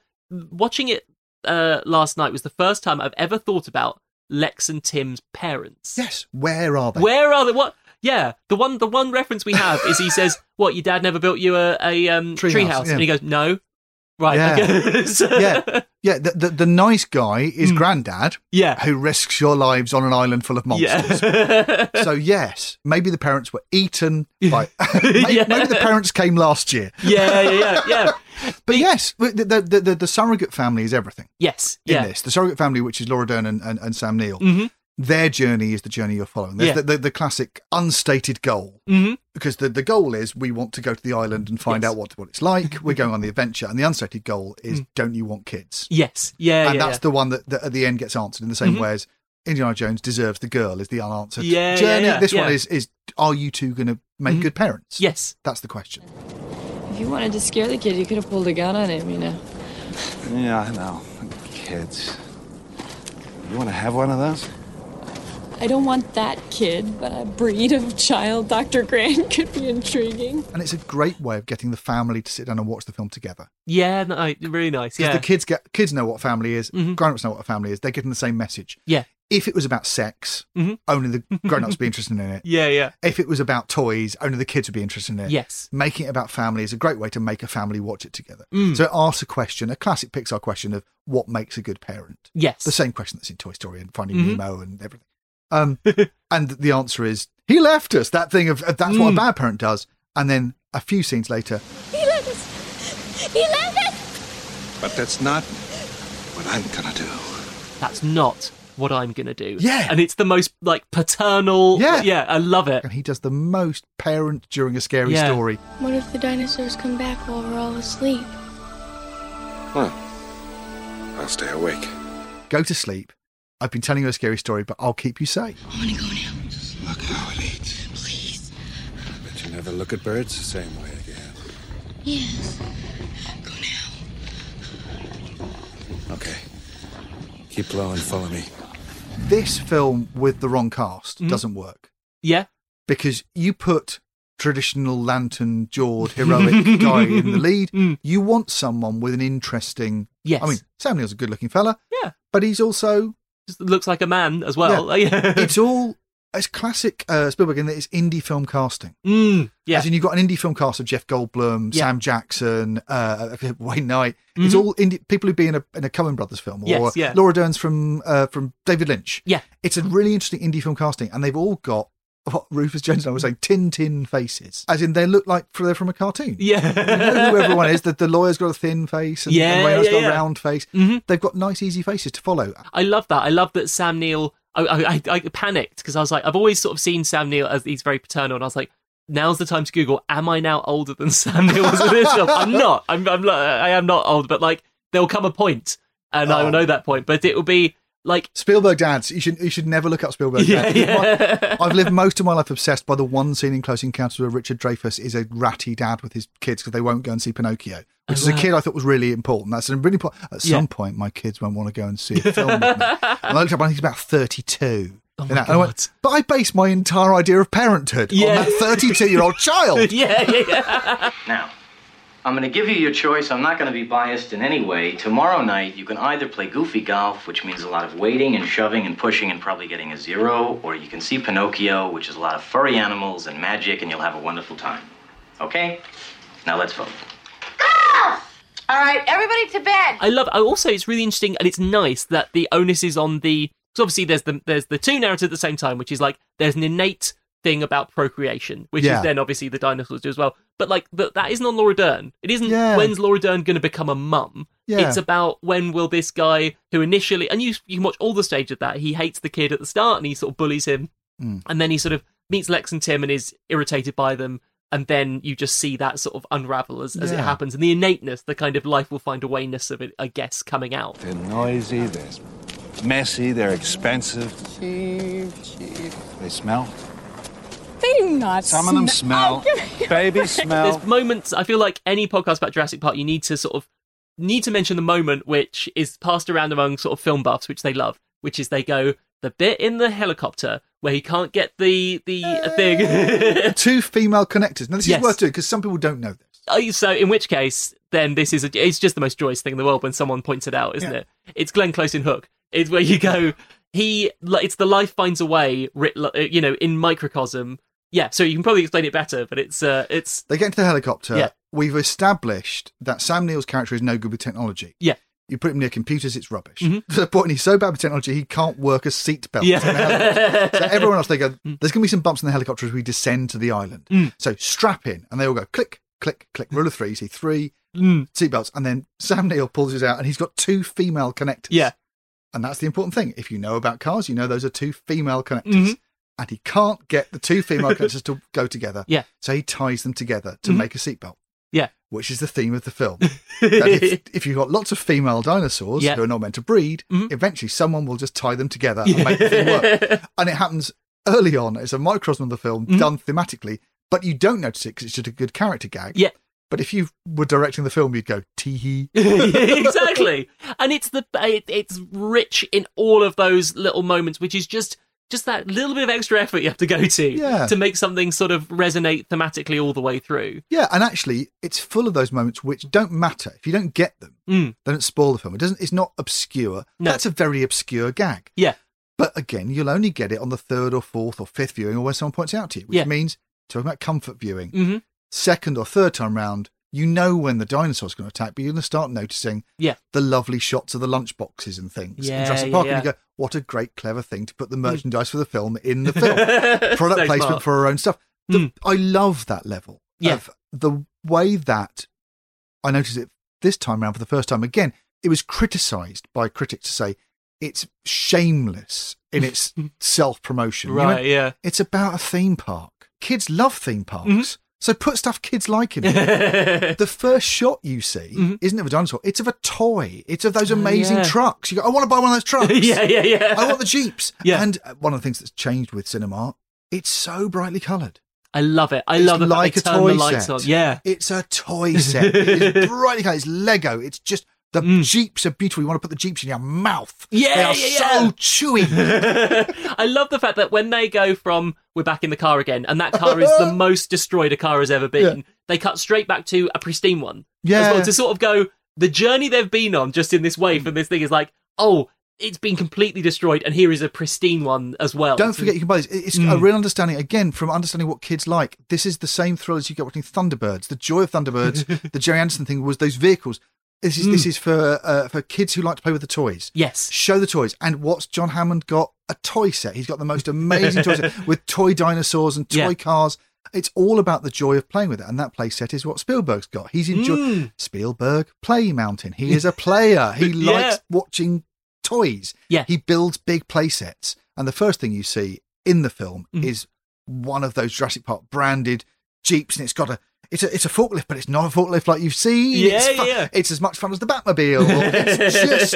Speaker 3: Watching it uh, last night was the first time I've ever thought about Lex and Tim's parents.
Speaker 2: Yes. Where are they?
Speaker 3: Where are they? What? Yeah, the one the one reference we have is he says, "What your dad never built you a, a um,
Speaker 2: Treehouse,
Speaker 3: treehouse,"
Speaker 2: yeah.
Speaker 3: and he goes, "No." Right.
Speaker 2: Yeah.
Speaker 3: okay. So-
Speaker 2: yeah, yeah. The, the, the nice guy is
Speaker 3: Mm.
Speaker 2: granddad.
Speaker 3: Yeah.
Speaker 2: who risks your lives on an island full of monsters.
Speaker 3: Yeah.
Speaker 2: so yes, maybe the parents were eaten by. maybe,
Speaker 3: Yeah.
Speaker 2: maybe the parents came last year.
Speaker 3: yeah, yeah, yeah, yeah.
Speaker 2: But yes, the the, the, the, the surrogate family is everything
Speaker 3: Yes,
Speaker 2: in
Speaker 3: yeah.
Speaker 2: this. The surrogate family, which is Laura Dern and, and, and Sam Neill.
Speaker 3: Mhm.
Speaker 2: Their journey is the journey you're following. There's
Speaker 3: Yeah.
Speaker 2: the, the, the classic unstated goal.
Speaker 3: Mhm.
Speaker 2: Because the, the goal is we want to go to the island and find out what, what it's like. We're going on the adventure. And the unstated goal is
Speaker 3: Mm.
Speaker 2: don't you want kids?
Speaker 3: Yes, yeah,
Speaker 2: and
Speaker 3: yeah,
Speaker 2: that's
Speaker 3: yeah.
Speaker 2: the one that, that at the end gets answered in the same
Speaker 3: Mhm.
Speaker 2: way as Indiana Jones deserves the girl is the unanswered
Speaker 3: Yeah, yeah,
Speaker 2: journey.
Speaker 3: yeah,
Speaker 2: this one
Speaker 3: yeah. Mm-hmm.
Speaker 2: is is are you two going to make good parents?
Speaker 3: Yes.
Speaker 2: that's the question.
Speaker 4: If you wanted to scare the kid, you could have pulled a gun on him, you know.
Speaker 5: Yeah, I know. Kids. You want to have one of those?
Speaker 4: I don't want that kid, but a breed of child Dr. Grant could be intriguing.
Speaker 2: And it's a great way of getting the family to sit down and watch the film together
Speaker 3: yeah, no, really nice.
Speaker 2: because
Speaker 3: Yeah, Mm-hmm.
Speaker 2: the kids get kids know what family is, grown-ups know what a family is. They're getting the same message.
Speaker 3: yeah,
Speaker 2: If it was about sex,
Speaker 3: Mhm.
Speaker 2: only the grown-ups would be interested in it.
Speaker 3: yeah, yeah.
Speaker 2: If it was about toys, only the kids would be interested in it.
Speaker 3: Yes.
Speaker 2: Making it about family is a great way to make a family watch it together.
Speaker 3: Mm.
Speaker 2: So it asks a question, a classic Pixar question of what makes a good parent?
Speaker 3: Yes.
Speaker 2: the same question that's in Toy Story and Finding
Speaker 3: Mhm.
Speaker 2: Nemo and everything. Um, and the answer is he left us. That thing of of that's
Speaker 3: Mm.
Speaker 2: what a bad parent does. And then a few scenes later,
Speaker 13: He left us. He left us.
Speaker 5: But that's not what I'm gonna do.
Speaker 3: That's not what I'm gonna do.
Speaker 2: Yeah.
Speaker 3: and it's the most like paternal.
Speaker 2: Yeah.
Speaker 3: yeah, I love it.
Speaker 2: and he does the most parent during a scary
Speaker 3: Yeah.
Speaker 2: story.
Speaker 13: What if the dinosaurs come back while we're all asleep?
Speaker 5: Well, I'll stay awake.
Speaker 2: Go to sleep. I've been telling you a scary story, but I'll keep you safe.
Speaker 13: I want to go now.
Speaker 5: Look how it eats.
Speaker 13: Please.
Speaker 5: But you never look at birds the same way again.
Speaker 13: Yes. Go now.
Speaker 5: Okay. Keep low and follow me.
Speaker 2: This film with the wrong cast
Speaker 3: Mm-hmm.
Speaker 2: doesn't work
Speaker 3: Yeah,
Speaker 2: because you put traditional lantern jawed heroic guy in the lead. You want someone with an interesting.
Speaker 3: Mm. Yes.
Speaker 2: I mean, Sam Neill's a good looking fella,
Speaker 3: yeah.
Speaker 2: but he's also
Speaker 3: Just looks like a man as well.
Speaker 2: Yeah.
Speaker 3: Yeah,
Speaker 2: it's all it's classic uh, Spielberg in that it's indie film casting.
Speaker 3: mm, yeah.
Speaker 2: As in, you've got an indie film cast of Jeff Goldblum,
Speaker 3: Yeah. Mm-hmm.
Speaker 2: Sam Jackson, uh, Wayne Knight. It's all indie, people who've been in a, in a Coen Brothers film or
Speaker 3: Yes, yeah.
Speaker 2: Laura Dern's from uh, from David Lynch.
Speaker 3: Yeah.
Speaker 2: It's a really interesting indie film casting, and they've all got what Rufus Jensen was saying, tin tin faces, as in they look like f- they're from a cartoon.
Speaker 3: Yeah.
Speaker 2: You know who everyone is. The, the lawyer's got a thin face, and
Speaker 3: Yeah,
Speaker 2: the has got
Speaker 3: yeah, yeah.
Speaker 2: a
Speaker 3: Mm-hmm.
Speaker 2: round face. They've got nice, easy faces to follow.
Speaker 3: I love that. I love that Sam Neill. I, I, I, I panicked because I was like, I've always sort of seen Sam Neill as he's very paternal, and I was like, now's the time to Google. Am I now older than Sam Neill was in this film? I'm not. I'm, I'm not. I am not old, but like there'll come a point, and I will know that point. But it will be like
Speaker 2: Spielberg dads. You should you should never look up Spielberg
Speaker 3: Yeah,
Speaker 2: dads. My- I've lived most of my life obsessed by the one scene in Close Encounters where Richard Dreyfuss is a ratty dad with his kids because they won't go and see Pinocchio, which
Speaker 3: Oh,
Speaker 2: as a
Speaker 3: wow.
Speaker 2: kid I thought was really important. That's a really important. At
Speaker 3: Yeah.
Speaker 2: some point, my kids won't want to go and see a film. with me. And I looked up, and he's about thirty-two.
Speaker 3: Oh
Speaker 2: And
Speaker 3: my
Speaker 2: I- and I went, but I base my entire idea of parenthood on
Speaker 8: Yeah.
Speaker 2: that thirty-two-year-old child.
Speaker 3: yeah, yeah,
Speaker 8: Now, I'm going to give you your choice. I'm not going to be biased in any way. Tomorrow night, you can either play goofy golf, which means a lot of waiting and shoving and pushing and probably getting a zero, or you can see Pinocchio, which is a lot of furry animals and magic, and you'll have a wonderful time. Okay? Now let's vote.
Speaker 11: All right, everybody to bed.
Speaker 3: I love. I also, it's really interesting and it's nice that the onus is on the. So obviously, there's the there's the two narratives at the same time, which is like there's an innate thing about procreation, which
Speaker 14: Yeah.
Speaker 3: is then obviously the dinosaurs do as well. But like, but that isn't on Laura Dern. It isn't when's Laura Dern going to become a mum.
Speaker 14: Yeah.
Speaker 3: It's about when will this guy who initially and you you can watch all the stage of that. He hates the kid at the start and he sort of bullies him,
Speaker 14: Mm.
Speaker 3: and then he sort of meets Lex and Tim and is irritated by them. And then you just see that sort of unravel as, as it
Speaker 14: Yeah.
Speaker 3: happens, and the innateness, the kind of life will find a wayness of it, I guess, coming out.
Speaker 16: They're noisy, they're messy, they're expensive, they smell.
Speaker 4: They do not.
Speaker 16: Some of them
Speaker 4: sm- Oh,
Speaker 16: smell. Babies smell.
Speaker 3: There's moments. I feel like any podcast about Jurassic Park, you need to sort of need to mention the moment which is passed around among sort of film buffs, which they love, which is they go the bit in the helicopter where he can't get the the thing.
Speaker 2: Two female connectors. Now this
Speaker 3: Yes.
Speaker 2: is worth doing because some people don't know this.
Speaker 3: Oh, so in which case, then this is a, it's just the most joyous thing in the world when someone points it out, isn't
Speaker 2: Yeah.
Speaker 3: it? It's Glenn Close in Hook. It's where you go. He like, it's the life finds a way. Writ, uh, you know, in microcosm. Yeah, so you can probably explain it better, but it's uh, it's
Speaker 2: They get into the helicopter.
Speaker 3: Yeah.
Speaker 2: We've established that Sam Neill's character is no good with technology.
Speaker 3: Yeah. Mm-hmm.
Speaker 2: You put him near computers, it's rubbish. To the point he's so bad with technology, he can't work a seatbelt.
Speaker 3: Yeah. Mm.
Speaker 2: in a helicopter. so everyone else, they go, there's going to be some bumps in the helicopter as we descend to the island. So strap in. And they all go click, click, click. Rule of three, you see three
Speaker 3: Mm.
Speaker 2: seatbelts. And then Sam Neill pulls his out and he's got two female connectors.
Speaker 3: Yeah.
Speaker 2: And that's the important thing. If you know about cars, you know those are two female connectors.
Speaker 3: Mm-hmm.
Speaker 2: And he can't get the two female connectors to go together.
Speaker 3: Yeah.
Speaker 2: So he ties them together to
Speaker 3: Mhm.
Speaker 2: make a seatbelt,
Speaker 3: yeah.
Speaker 2: which is the theme of the film. That if, if you've got lots of female dinosaurs
Speaker 3: Yeah. Mm-hmm.
Speaker 2: who are not meant to breed, eventually someone will just tie them together and make the thing work. And it happens early on. It's a microcosm of the film
Speaker 3: Mm-hmm.
Speaker 2: done thematically, but you don't notice it because it's just a good character gag.
Speaker 3: Yeah.
Speaker 2: But if you were directing the film, you'd go, tee hee.
Speaker 3: exactly and it's the uh, it, it's rich in all of those little moments which is just just that little bit of extra effort you have to go to
Speaker 2: Yeah.
Speaker 3: to make something sort of resonate thematically all the way through
Speaker 2: Yeah, and actually, it's full of those moments which don't matter if you don't get them.
Speaker 3: Mm.
Speaker 2: They don't spoil the film. It doesn't. It's not obscure. That's a very obscure gag.
Speaker 3: Yeah.
Speaker 2: But again, you'll only get it on the third or fourth or fifth viewing, or when someone points it out to you, which
Speaker 3: Yeah.
Speaker 2: means talking about comfort viewing.
Speaker 3: Mhm.
Speaker 2: Second or third time round, you know when the dinosaur's going to attack, but you're going to start noticing
Speaker 3: Yeah.
Speaker 2: the lovely shots of the lunchboxes and things in
Speaker 3: Yeah,
Speaker 2: Jurassic
Speaker 3: yeah,
Speaker 2: Park, and
Speaker 3: yeah.
Speaker 2: you go, "What a great, clever thing to put the
Speaker 3: Mm.
Speaker 2: merchandise for the film in the film, product
Speaker 3: So
Speaker 2: placement
Speaker 3: smart.
Speaker 2: for our own stuff." The, I love that level
Speaker 3: Hmm. Yeah.
Speaker 2: of the way that I noticed it this time around for the first time again. It was criticised by critics to say it's shameless in its self promotion.
Speaker 3: Right, yeah.
Speaker 2: It's about a theme park. Kids love theme parks.
Speaker 3: Mm-hmm.
Speaker 2: So put stuff kids like in it. the first shot you see isn't of a dinosaur, it's of a toy. It's of those amazing
Speaker 3: Mm-hmm. Oh, yeah.
Speaker 2: trucks. You go, I want to buy one of those trucks.
Speaker 3: Yeah, yeah, yeah.
Speaker 2: I want the Jeeps.
Speaker 3: Yeah.
Speaker 2: And uh, one of the things that's changed with cinema, it's so brightly coloured.
Speaker 3: i love it i
Speaker 2: It's
Speaker 3: love it
Speaker 2: like
Speaker 3: they
Speaker 2: a
Speaker 3: turn
Speaker 2: toy
Speaker 3: the lights
Speaker 2: set.
Speaker 3: on yeah
Speaker 2: It's a toy set. it's brightly coloured. It's Lego. It's just the Jeeps are beautiful. You want to put the Jeeps in your mouth.
Speaker 3: Mm. Yeah,
Speaker 2: They are
Speaker 3: yeah,
Speaker 2: so
Speaker 3: yeah.
Speaker 2: chewy.
Speaker 3: I love the fact that when they go from we're back in the car again, and that car is the most destroyed a car has ever been,
Speaker 14: Yeah.
Speaker 3: they cut straight back to a pristine one.
Speaker 14: Yeah.
Speaker 3: As well, to sort of go, the journey they've been on just in this way from this thing is like, oh, it's been completely destroyed, and here is a pristine one as well.
Speaker 2: Don't forget you can buy this. It- It's a
Speaker 3: Mm.
Speaker 2: real understanding again from understanding what kids like. This is the same thrill as you get watching Thunderbirds. The joy of Thunderbirds, the Jerry Anderson thing was those vehicles.
Speaker 3: Mm.
Speaker 2: This is this is for uh, for kids who like to play with the toys.
Speaker 3: Yes,
Speaker 2: show the toys. And what's John Hammond got a toy set. He's got the most amazing toy set with toy dinosaurs and toy
Speaker 3: Yeah.
Speaker 2: cars. It's all about the joy of playing with it, and that play set is what Spielberg's got. He's enjoying
Speaker 3: Mm.
Speaker 2: Spielberg Play Mountain. He is a player. He
Speaker 3: Yeah.
Speaker 2: likes watching toys.
Speaker 3: Yeah.
Speaker 2: He builds big play sets. And the first thing you see in the film
Speaker 3: Mm-hmm.
Speaker 2: is one of those Jurassic Park branded Jeeps, and it's got a it's a, it's a forklift, but it's not a forklift like you've seen. it's,
Speaker 3: Yeah,
Speaker 2: fu-
Speaker 3: yeah.
Speaker 2: it's as much fun as the Batmobile. or it's just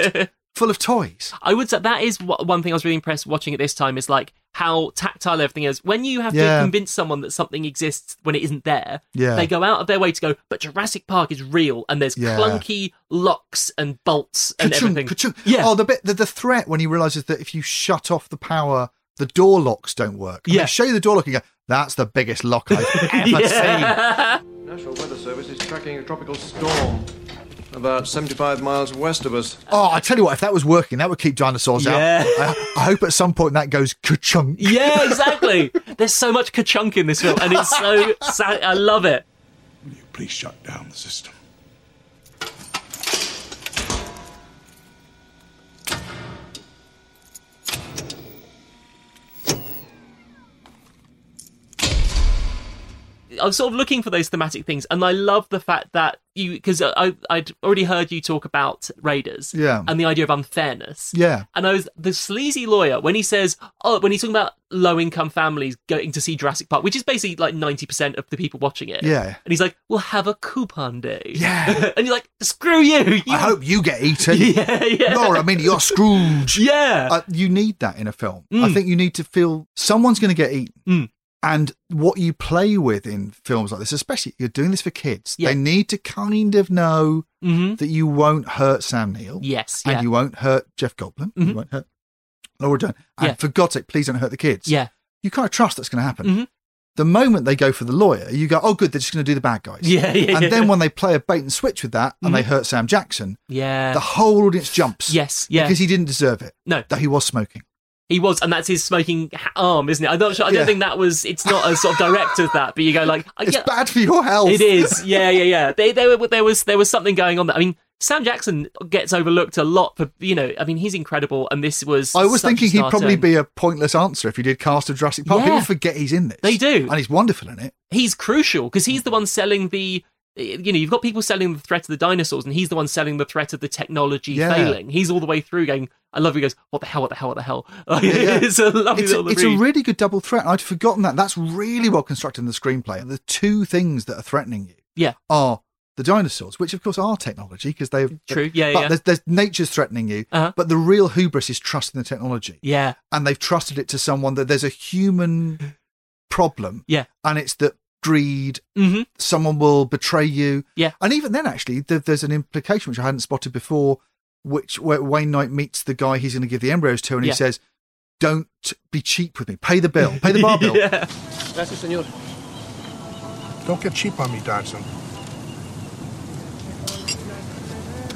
Speaker 2: full of toys.
Speaker 3: I would say that is wha- one thing I was really impressed watching at this time is like how tactile everything is. When you have
Speaker 2: Yeah.
Speaker 3: to convince someone that something exists when it isn't there,
Speaker 2: Yeah.
Speaker 3: they go out of their way to go, but Jurassic Park is real and there's
Speaker 2: Yeah.
Speaker 3: clunky locks and bolts and
Speaker 2: Ka-chung,
Speaker 3: everything.
Speaker 2: ka-chung. Oh, the bit the, the threat when he realizes that if you shut off the power, the door locks don't work. And
Speaker 3: Yeah.
Speaker 2: They show you the door lock and you go, that's the biggest lock I've ever seen.
Speaker 22: National Weather Service is tracking a tropical storm about 75 miles west of us.
Speaker 2: Oh, I tell you what, if that was working, that would keep dinosaurs
Speaker 22: Yeah.
Speaker 2: out. I, I hope at some point that goes ka-chunk.
Speaker 3: Yeah, exactly. There's so much ka-chunk in this film, and it's so sad. I love it.
Speaker 9: Please shut down the system.
Speaker 3: I was sort of looking for those thematic things, and I love the fact that you because I I'd already heard you talk about Raiders,
Speaker 2: Yeah.
Speaker 3: and the idea of unfairness,
Speaker 2: Yeah.
Speaker 3: And I was the sleazy lawyer when he says, oh, when he's talking about low income families going to see Jurassic Park, which is basically like ninety percent of the people watching it,
Speaker 2: Yeah.
Speaker 3: And he's like, we'll have a coupon day, yeah. and you're like, screw you,
Speaker 2: I hope you get eaten.
Speaker 3: Yeah, yeah.
Speaker 2: Laura, I mean, you're Scrooge.
Speaker 3: Yeah.
Speaker 2: Uh, you need that in a film.
Speaker 3: Mm.
Speaker 2: I think you need to feel someone's going to get eaten. And what you play with in films like this, especially you're doing this for kids,
Speaker 3: Yeah.
Speaker 2: they need to kind of know that you won't hurt Sam Neill.
Speaker 3: Mm-hmm. Yes,
Speaker 2: And
Speaker 3: yeah. Mm-hmm.
Speaker 2: you won't hurt Jeff Goldblum. You won't hurt Laura Dern. And
Speaker 3: Yeah.
Speaker 2: for God's sake, please don't hurt the kids.
Speaker 3: Yeah. Mm-hmm.
Speaker 2: You kind of trust that's going to happen. The moment they go for the lawyer, you go, oh, good, they're just going to do the bad guys.
Speaker 3: Yeah, yeah,
Speaker 2: and
Speaker 3: yeah. Mm-hmm.
Speaker 2: then when they play a bait and switch with that and they hurt Sam Jackson,
Speaker 3: yeah,
Speaker 2: the whole audience jumps.
Speaker 3: Yes, yeah.
Speaker 2: Because he didn't deserve it.
Speaker 3: No.
Speaker 2: Though he was smoking.
Speaker 3: He was, and that's his smoking ha- arm, isn't it? I'm not sure. I don't
Speaker 2: Yeah.
Speaker 3: think that was. It's not as sort of direct as that, but you go like, I
Speaker 2: It's
Speaker 3: get-
Speaker 2: bad for your health.
Speaker 3: It is. Yeah, yeah, yeah. They, they were, there was there was something going on. That I mean, Sam Jackson gets overlooked a lot for you know. I mean, he's incredible, and this was.
Speaker 2: I was
Speaker 3: such a
Speaker 2: thinking he'd
Speaker 3: star
Speaker 2: probably
Speaker 3: turn.
Speaker 2: be a pointless answer if he did cast a Jurassic Park.
Speaker 3: Yeah.
Speaker 2: People forget he's in this.
Speaker 3: They do.
Speaker 2: And he's wonderful in it.
Speaker 3: He's crucial because he's the one selling the. You know, you've got people selling the threat of the dinosaurs, and he's the one selling the threat of the technology
Speaker 2: Yeah.
Speaker 3: failing. He's all the way through going. I love. He goes, "What the hell? What the hell? What the hell?"
Speaker 2: Yeah, yeah.
Speaker 3: it's a lovely
Speaker 2: It's a-
Speaker 3: little
Speaker 2: it's a
Speaker 3: read.
Speaker 2: really good double threat. I'd forgotten that. That's really well constructed in the screenplay. The two things that are threatening you
Speaker 3: yeah.
Speaker 2: are the dinosaurs, which of course are technology because they've
Speaker 3: True. Yeah,
Speaker 2: But
Speaker 3: yeah. Uh-huh.
Speaker 2: There's, there's nature's threatening you, but the real hubris is trusting the technology.
Speaker 3: Yeah.
Speaker 2: and they've trusted it to someone that there's a human problem.
Speaker 3: Yeah.
Speaker 2: And it's that greed, someone will betray you.
Speaker 3: Yeah.
Speaker 2: And even then, actually, th- there's an implication which I hadn't spotted before, which where Wayne Knight meets the guy he's going to give the embryos to, and
Speaker 14: Yeah.
Speaker 2: he says, Don't be cheap with me. Pay the bill. Pay the bar bill.
Speaker 14: Gracias, senor.
Speaker 12: Don't get cheap on me, Dodson.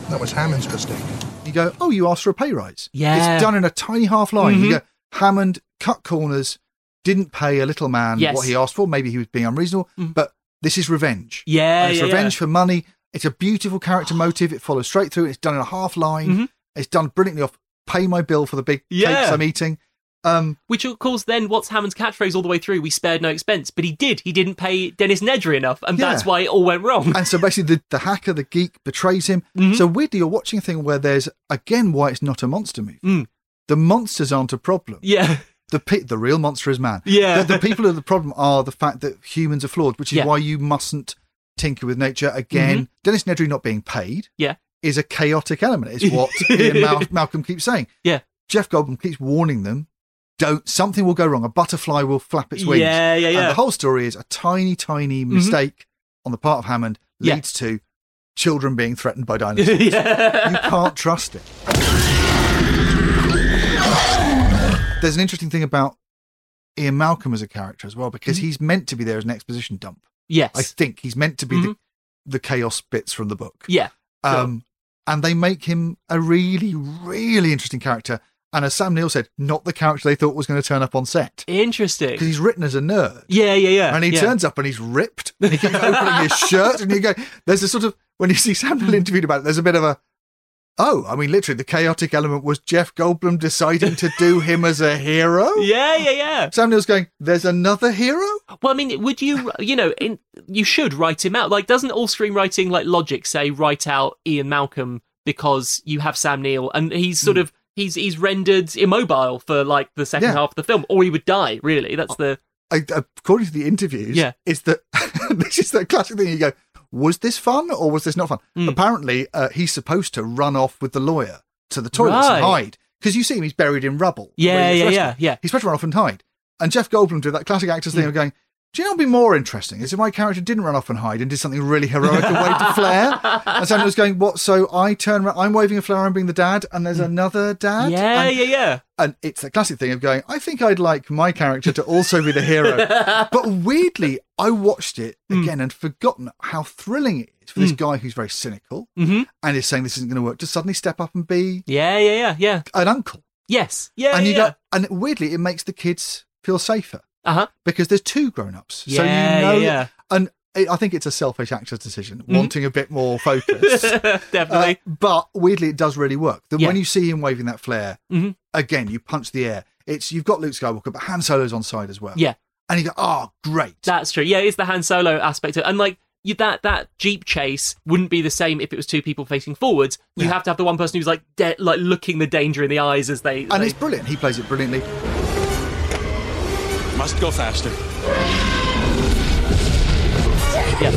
Speaker 12: That was Hammond's mistake.
Speaker 2: You go, Oh, you asked for a pay rise.
Speaker 12: Yeah.
Speaker 2: It's done in a tiny half line. You
Speaker 12: Mhm.
Speaker 2: go, Hammond cut corners, didn't pay a little man
Speaker 3: Yes.
Speaker 2: what he asked for. Maybe he was being unreasonable, but this is revenge.
Speaker 3: Yeah,
Speaker 2: And it's
Speaker 3: yeah, yeah.
Speaker 2: revenge for money. It's a beautiful character motive. It follows straight through. It's done in a half line. It's done brilliantly off. Pay my bill for the big
Speaker 3: Mm-hmm. Yeah.
Speaker 2: cakes I'm eating. Um,
Speaker 3: Which of course then what's Hammond's catchphrase all the way through? We spared no expense, but he did. He didn't pay Dennis Nedry enough, and that's
Speaker 2: Yeah.
Speaker 3: why it all went wrong.
Speaker 2: and so basically, the, the hacker, the geek, betrays him.
Speaker 3: Mm-hmm.
Speaker 2: So weirdly, you're watching a thing where there's again why it's not a monster movie. The monsters aren't a problem.
Speaker 3: Mm. Yeah.
Speaker 2: The pe- the real monster is man.
Speaker 3: Yeah.
Speaker 2: The, the people of the problem are the fact that humans are flawed, which is
Speaker 3: Yeah.
Speaker 2: why you mustn't tinker with nature again.
Speaker 3: Mhm.
Speaker 2: Dennis Nedry not being paid.
Speaker 3: Yeah.
Speaker 2: is a chaotic element. Is what Ian Mal- Malcolm keeps saying.
Speaker 3: Yeah.
Speaker 2: Jeff Goldblum keeps warning them. Don't something will go wrong. A butterfly will flap its wings.
Speaker 3: Yeah, yeah, yeah. Mm-hmm.
Speaker 2: And the whole story is a tiny, tiny mistake on the part of Hammond
Speaker 3: Yeah.
Speaker 2: leads to children being threatened by dinosaurs. You can't trust it. There's an interesting thing about Ian Malcolm as a character as well, because he's meant to be there as an exposition dump.
Speaker 3: Mm-hmm. Yes. Mm-hmm.
Speaker 2: I think he's meant to be the, the chaos bits from the book.
Speaker 3: Yeah. sure.
Speaker 2: Um, and they make him a really, really interesting character. And as Sam Neill said, not the character they thought was going to turn up on set.
Speaker 3: Interesting.
Speaker 2: Because he's written as a nerd.
Speaker 3: Yeah, yeah, yeah.
Speaker 2: And he
Speaker 3: yeah.
Speaker 2: turns up and he's ripped. And he
Speaker 3: Hmm.
Speaker 2: keeps opening his shirt. And you go, there's a sort of, when you see Sam Neill interviewed about it, there's a bit of a, Oh, I mean, literally, the chaotic element was Jeff Goldblum deciding to do him as a hero.
Speaker 3: Yeah, yeah, yeah.
Speaker 2: Sam Neill's going, "There's another hero."
Speaker 3: Well, I mean, would you, you know, in, you should write him out. Like, doesn't all screenwriting, like Logic, say write out Ian Malcolm because you have Sam Neill and he's sort of he's he's rendered immobile for like the second
Speaker 2: Hmm. Yeah. Oh,
Speaker 3: half of the film, or he would die. Really, that's the
Speaker 2: I, according to the interviews,
Speaker 3: Yeah.
Speaker 2: is that this is that classic thing. You go, was this fun or was this not fun?
Speaker 3: Hmm.
Speaker 2: Apparently, uh, he's supposed to run off with the lawyer to the toilets and
Speaker 3: Right.
Speaker 2: hide because you see him; he's buried in rubble.
Speaker 3: Yeah,
Speaker 2: where he was
Speaker 3: yeah,
Speaker 2: arrested.
Speaker 3: yeah, Hmm. yeah.
Speaker 2: He's supposed to run off and hide. And Jeff Goldblum did that classic actor's thing of going. Do you know what would be more interesting is if my character didn't run off and hide and did something really heroic and waved a flare? And someone was going, What? So I turn around, I'm waving a flare, I'm being the dad, and there's another dad?
Speaker 3: Hmm. yeah,
Speaker 2: And-
Speaker 3: yeah, yeah.
Speaker 2: and it's the classic thing of going, I think I'd like my character to also be the hero. but weirdly, I watched it
Speaker 3: Hmm.
Speaker 2: again and forgotten how thrilling it is for this guy who's very cynical
Speaker 3: Mhm.
Speaker 2: and is saying this isn't going to work to suddenly step up and be
Speaker 3: Yeah, yeah, yeah, yeah.
Speaker 2: an uncle.
Speaker 3: Yes. Yeah,
Speaker 2: and
Speaker 3: yeah,
Speaker 2: you
Speaker 3: yeah.
Speaker 2: go, and weirdly, it makes the kids feel safer
Speaker 3: Uh-huh.
Speaker 2: because there's two grown ups. so
Speaker 3: Yeah,
Speaker 2: you know,
Speaker 3: yeah, yeah.
Speaker 2: and it, I think it's a selfish actor's decision,
Speaker 3: Mhm.
Speaker 2: wanting a bit more focus.
Speaker 3: Definitely.
Speaker 2: Uh, but weirdly, it does really work. That
Speaker 3: Yeah.
Speaker 2: when you see him waving that flare
Speaker 3: Mhm.
Speaker 2: again, you punch the air. It's you've got Luke Skywalker, but Han Solo's on side as well.
Speaker 3: Yeah.
Speaker 2: and you go, oh, great.
Speaker 3: That's true. Yeah, it's the Han Solo aspect, of, and like you, that that jeep chase wouldn't be the same if it was two people facing forwards. You have to have the one person who's like de- like looking the danger in the eyes as they.
Speaker 2: And
Speaker 3: they-
Speaker 2: it's brilliant. He plays it brilliantly.
Speaker 1: Must go faster.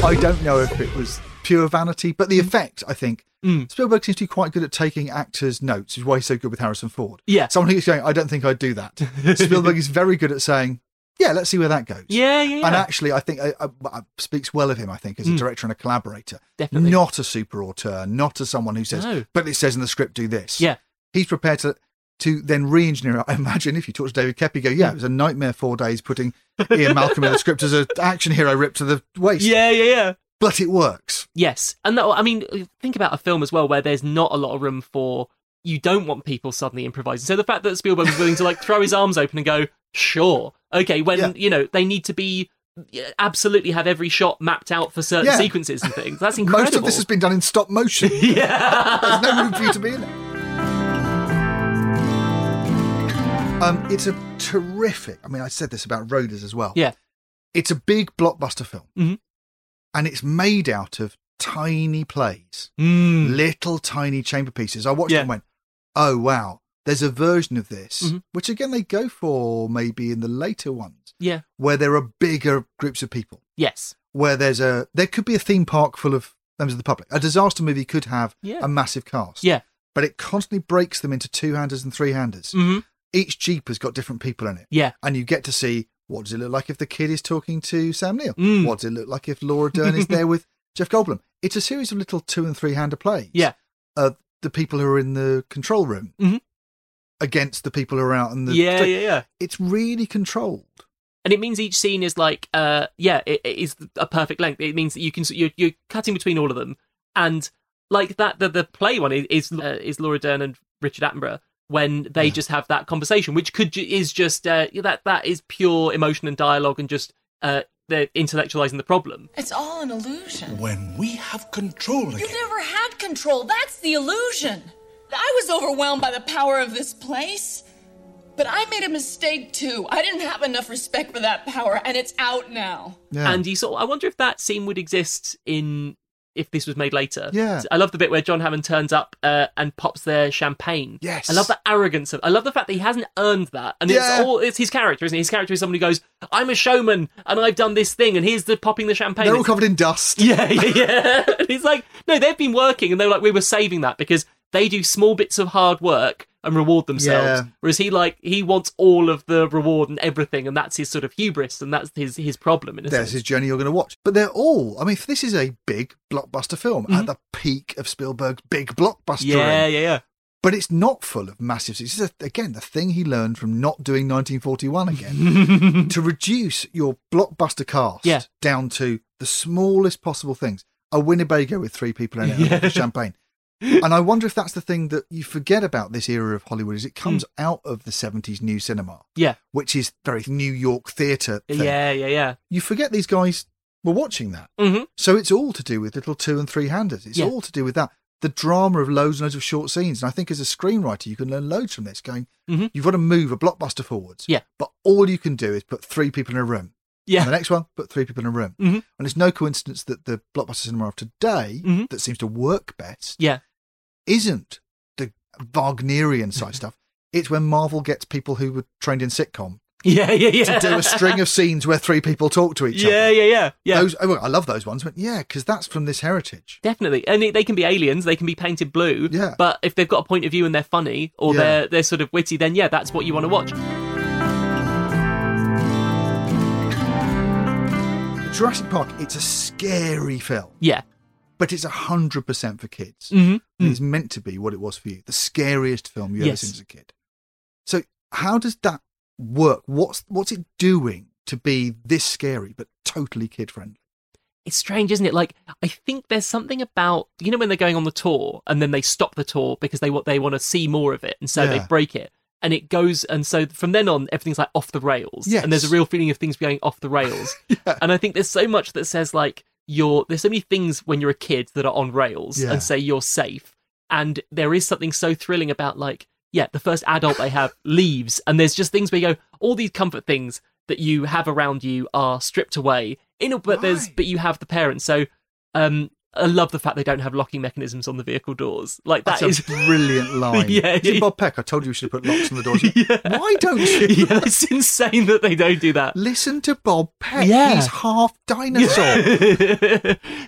Speaker 2: I don't know if it was pure vanity, but
Speaker 3: Mm.
Speaker 2: the effect, I think. Spielberg seems to be quite good at taking actors' notes, which is why he's so good with Harrison Ford.
Speaker 3: Yeah.
Speaker 2: Someone who's going, I don't think I'd do that. Spielberg is very good at saying, yeah, let's see where that goes.
Speaker 3: yeah, yeah, yeah.
Speaker 2: And actually, I think uh, uh, uh, speaks well of him. I think as a
Speaker 3: Mm.
Speaker 2: director and a collaborator,
Speaker 3: Definitely.
Speaker 2: not a super auteur, not to someone who says,
Speaker 3: No.
Speaker 2: "But it says in the script, do this."
Speaker 3: Yeah.
Speaker 2: he's prepared to to then re-engineer. it. I imagine if you talk to David Kepi, go, "Yeah, it was a nightmare four days putting Ian Malcolm in the script as an action hero ripped to the waist."
Speaker 3: yeah, yeah, yeah.
Speaker 2: but it works.
Speaker 3: Yes, and that, I mean, think about a film as well where there's not a lot of room for you don't want people suddenly improvising. So the fact that Spielberg was willing to like throw his arms open and go, sure, okay, when
Speaker 2: Yeah.
Speaker 3: you know they need to be absolutely have every shot mapped out for certain
Speaker 2: Yeah.
Speaker 3: sequences and things. That's incredible.
Speaker 2: Most of this has been done in stop motion.
Speaker 3: yeah,
Speaker 2: There's no room for you to be in it. Um, it's a terrific. I mean, I said this about Roaders as well.
Speaker 3: yeah,
Speaker 2: It's a big blockbuster film.
Speaker 3: Mhm.
Speaker 2: And it's made out of tiny plays,
Speaker 3: Mm.
Speaker 2: little tiny chamber pieces. I watched it
Speaker 3: Hmm. Yeah.
Speaker 2: and went, oh, wow, there's a version of this,
Speaker 3: Mhm.
Speaker 2: which again, they go for maybe in the later ones,
Speaker 3: yeah,
Speaker 2: where there are bigger groups of people,
Speaker 3: yes,
Speaker 2: where there's a, there could be a theme park full of members of the public. A disaster movie could have
Speaker 3: Yeah.
Speaker 2: a massive cast,
Speaker 3: yeah,
Speaker 2: but it constantly breaks them into two handers and three handers.
Speaker 3: hmm
Speaker 2: Each Jeep has got different people in it
Speaker 3: yeah,
Speaker 2: and you get to see what does it look like if the kid is talking to Sam Neill?
Speaker 3: Mm.
Speaker 2: What does it look like if Laura Dern is there with Jeff Goldblum? It's a series of little two and three hander plays.
Speaker 3: yeah,
Speaker 2: Uh, the people who are in the control room
Speaker 3: Mhm.
Speaker 2: against the people who are out in the
Speaker 3: yeah, yeah, yeah.
Speaker 2: It's really controlled.
Speaker 3: and it means each scene is like uh yeah it, it is a perfect length it means that you can you're, you're cutting between all of them and like that the, the play one is is, uh, is laura dern and richard attenborough when they just have that conversation which could ju- is just uh that that is pure emotion and dialogue and just uh they're intellectualizing the problem
Speaker 23: It's all an illusion.
Speaker 9: When we have control again.
Speaker 23: You've never had control. That's the illusion. I was overwhelmed by the power of this place. But I made a mistake too. I didn't have enough respect for that power, and it's out now.
Speaker 3: and you sort of- i wonder if that scene would exist in if this was made later
Speaker 2: Yeah.
Speaker 3: i love the bit where john hammond turns up uh, and pops their champagne
Speaker 2: Yes.
Speaker 3: i love the arrogance of i love the fact that he hasn't earned that and
Speaker 2: Yeah.
Speaker 3: it's all it's his character isn't it his character is someone who goes i'm a showman and i've done this thing and here's the popping the champagne
Speaker 2: They're all
Speaker 3: It's-
Speaker 2: covered in dust.
Speaker 3: yeah yeah yeah And he's like no they've been working and they're like we were saving that because they do small bits of hard work and reward themselves
Speaker 2: Yeah.
Speaker 3: whereas he like he wants all of the reward and everything and that's his sort of hubris and that's his his problem in a
Speaker 2: There's
Speaker 3: sense.
Speaker 2: his journey you're going to watch. But they're all, I mean, this is a big blockbuster film at the peak of Spielberg's big blockbuster.
Speaker 3: Mm-hmm. yeah yeah yeah
Speaker 2: but it's not full of massive. It's just, again the thing he learned from not doing 1941 again to reduce your blockbuster cast
Speaker 3: Yeah.
Speaker 2: down to the smallest possible things. A Winnebago with three people in it, and a bottle of champagne. And I wonder if that's the thing that you forget about this era of Hollywood is it comes
Speaker 3: Hmm.
Speaker 2: out of the 70s new cinema,
Speaker 3: Yeah.
Speaker 2: which is very New York theatre. thing.
Speaker 3: Yeah, yeah, yeah.
Speaker 2: You forget these guys were watching that.
Speaker 3: Mm-hmm.
Speaker 2: So it's all to do with little two and three handers. It's
Speaker 3: Yeah.
Speaker 2: all to do with that. the drama of loads and loads of short scenes. And I think as a screenwriter, you can learn loads from this. Going, you've got to move a blockbuster forwards.
Speaker 3: Mm-hmm. Yeah.
Speaker 2: But all you can do is put three people in a room.
Speaker 3: Yeah.
Speaker 2: And the next one, put three people in a room.
Speaker 3: Mhm.
Speaker 2: And it's no coincidence that the blockbuster cinema of today that seems to work best
Speaker 3: Mm-hmm. Yeah.
Speaker 2: isn't the Wagnerian side stuff. It's when Marvel gets people who were trained in sitcom
Speaker 3: Yeah, yeah, yeah.
Speaker 2: to do a string of scenes where three people talk to each other.
Speaker 3: Yeah, yeah, yeah, yeah.
Speaker 2: Those, oh, I love those ones, but yeah, because that's from this heritage.
Speaker 3: Definitely, and it, they can be aliens. They can be painted blue.
Speaker 2: Yeah.
Speaker 3: But if they've got a point of view and they're funny or
Speaker 2: Yeah.
Speaker 3: they're they're sort of witty, then yeah, that's what you want to watch.
Speaker 2: Jurassic Park, it's a scary film,
Speaker 3: Yeah.
Speaker 2: but it's 100% for kids.
Speaker 3: Mhm.
Speaker 2: And It's meant to be what it was for you the scariest film you've ever
Speaker 3: Yes.
Speaker 2: seen as a kid. So, how does that work? What's, what's it doing to be this scary but totally kid friendly?
Speaker 3: It's strange, isn't it? Like I think there's something about you know when they're going on the tour and then they stop the tour because they want they want to see more of it, and so
Speaker 2: Yeah.
Speaker 3: they break it. And it goes, and so from then on, everything's like off the rails.
Speaker 2: Yes.
Speaker 3: And there's a real feeling of things going off the rails. And I think there's so much that says like you're there's so many things when you're a kid that are on rails
Speaker 2: Yeah.
Speaker 3: and say you're safe. And there is something so thrilling about like, yeah, the first adult they have leaves. And there's just things where you go, all these comfort things that you have around you are stripped away. In a, but there's but you have the parents. So um I love the fact they don't have locking mechanisms on the vehicle doors. Like that
Speaker 2: That's
Speaker 3: is
Speaker 2: a brilliant line.
Speaker 3: Yeah,
Speaker 2: Is it
Speaker 3: yeah.
Speaker 2: Bob Peck, I told you you should have put locks on the doors. Why don't you?
Speaker 3: yeah, it's insane that they don't do that.
Speaker 2: Listen to Bob Peck.
Speaker 3: Yeah.
Speaker 2: He's half dinosaur.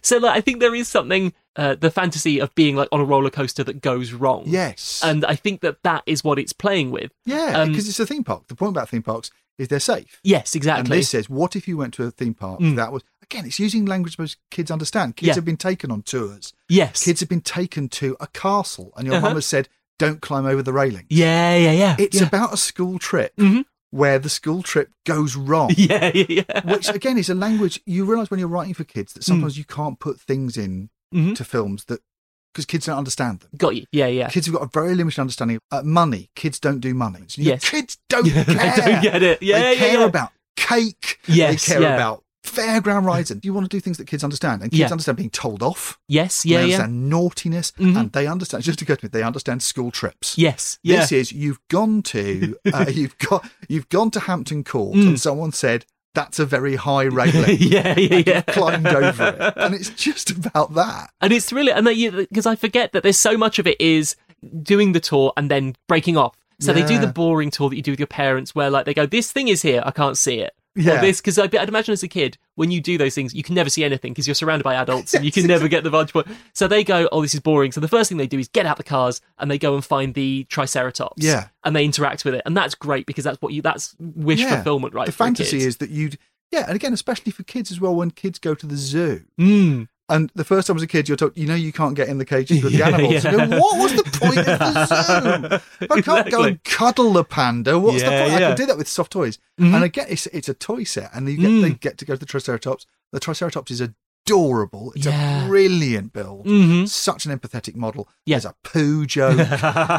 Speaker 3: so like, I think there is something uh, the fantasy of being like on a roller coaster that goes wrong.
Speaker 2: Yes.
Speaker 3: and I think that that is what it's playing with.
Speaker 2: Yeah,
Speaker 3: Um,
Speaker 2: because it's a theme park. The point about theme parks is they're safe.
Speaker 3: Yes, exactly.
Speaker 2: And this says, what if you went to a theme park
Speaker 3: Mm.
Speaker 2: that was again? It's using language most kids understand. Kids
Speaker 3: Yeah.
Speaker 2: have been taken on tours.
Speaker 3: Yes.
Speaker 2: kids have been taken to a castle, and your
Speaker 3: Uh-huh.
Speaker 2: mum has said, "Don't climb over the railing."
Speaker 3: yeah, yeah, yeah.
Speaker 2: It's
Speaker 3: yeah. Mm-hmm.
Speaker 2: about a school trip where the school trip goes wrong.
Speaker 3: yeah, yeah, yeah.
Speaker 2: Which again is a language you realise when you're writing for kids
Speaker 3: Mm.
Speaker 2: that sometimes you can't put things in
Speaker 3: Mhm.
Speaker 2: to films that because kids don't understand them.
Speaker 3: Got you. Yeah, yeah.
Speaker 2: Kids have got a very limited understanding of uh, money. Kids don't do money. So you-
Speaker 3: Yes.
Speaker 2: Kids don't care.
Speaker 3: don't get it. Yeah,
Speaker 2: they
Speaker 3: yeah,
Speaker 2: care
Speaker 3: yeah.
Speaker 2: about cake.
Speaker 3: Yes,
Speaker 2: They care
Speaker 3: yeah.
Speaker 2: about fairground rides. And you want to do things that kids understand. And kids
Speaker 3: Yeah.
Speaker 2: understand being told off.
Speaker 3: Yes,
Speaker 2: and
Speaker 3: yeah,
Speaker 2: they
Speaker 3: yeah.
Speaker 2: understand naughtiness. And they understand, it just occurred to me, they understand school trips.
Speaker 3: Yes, yeah.
Speaker 2: This is, you've gone to, uh, you've got, you've gone to Hampton Court
Speaker 3: Mm.
Speaker 2: and someone said, that's a very high railing.
Speaker 3: yeah, yeah,
Speaker 2: and
Speaker 3: yeah.
Speaker 2: You've climbed over it. And it's just about that.
Speaker 3: and it's really and because I forget that there's so much of it is doing the tour and then breaking off. So they do
Speaker 2: Yeah.
Speaker 3: the boring tour that you do with your parents, where like they go, "This thing is here, I can't see it." Or
Speaker 2: Yeah.
Speaker 3: this because I'd, I'd imagine as a kid when you do those things, you can never see anything because you're surrounded by adults and you can never get the vantage point. So they go, "Oh, this is boring." So the first thing they do is get out the cars and they go and find the Triceratops.
Speaker 2: Yeah.
Speaker 3: and they interact with it, and that's great because that's what you that's wish
Speaker 2: Yeah.
Speaker 3: fulfillment, right?
Speaker 2: The
Speaker 3: for a
Speaker 2: fantasy
Speaker 3: kid.
Speaker 2: is that you'd yeah, and again, especially for kids as well, when kids go to the zoo.
Speaker 3: Mm.
Speaker 2: And the first time as a kid, you're told, you know, you can't get in the cages with
Speaker 3: Yeah,
Speaker 2: the animals. You
Speaker 3: yeah.
Speaker 2: go, what was the point of the zoo? If I can't go
Speaker 3: Exactly.
Speaker 2: and cuddle the panda. What's the
Speaker 3: Yeah,
Speaker 2: point? I
Speaker 3: yeah. Mm-hmm.
Speaker 2: can do that with soft toys. And again, it's, it's a toy set, and you get, they
Speaker 3: Mm.
Speaker 2: get to go to the Triceratops. The Triceratops is adorable. It's
Speaker 3: Yeah.
Speaker 2: a brilliant build.
Speaker 3: Mhm.
Speaker 2: Such an empathetic model.
Speaker 3: Yeah.
Speaker 2: There's a poo joke.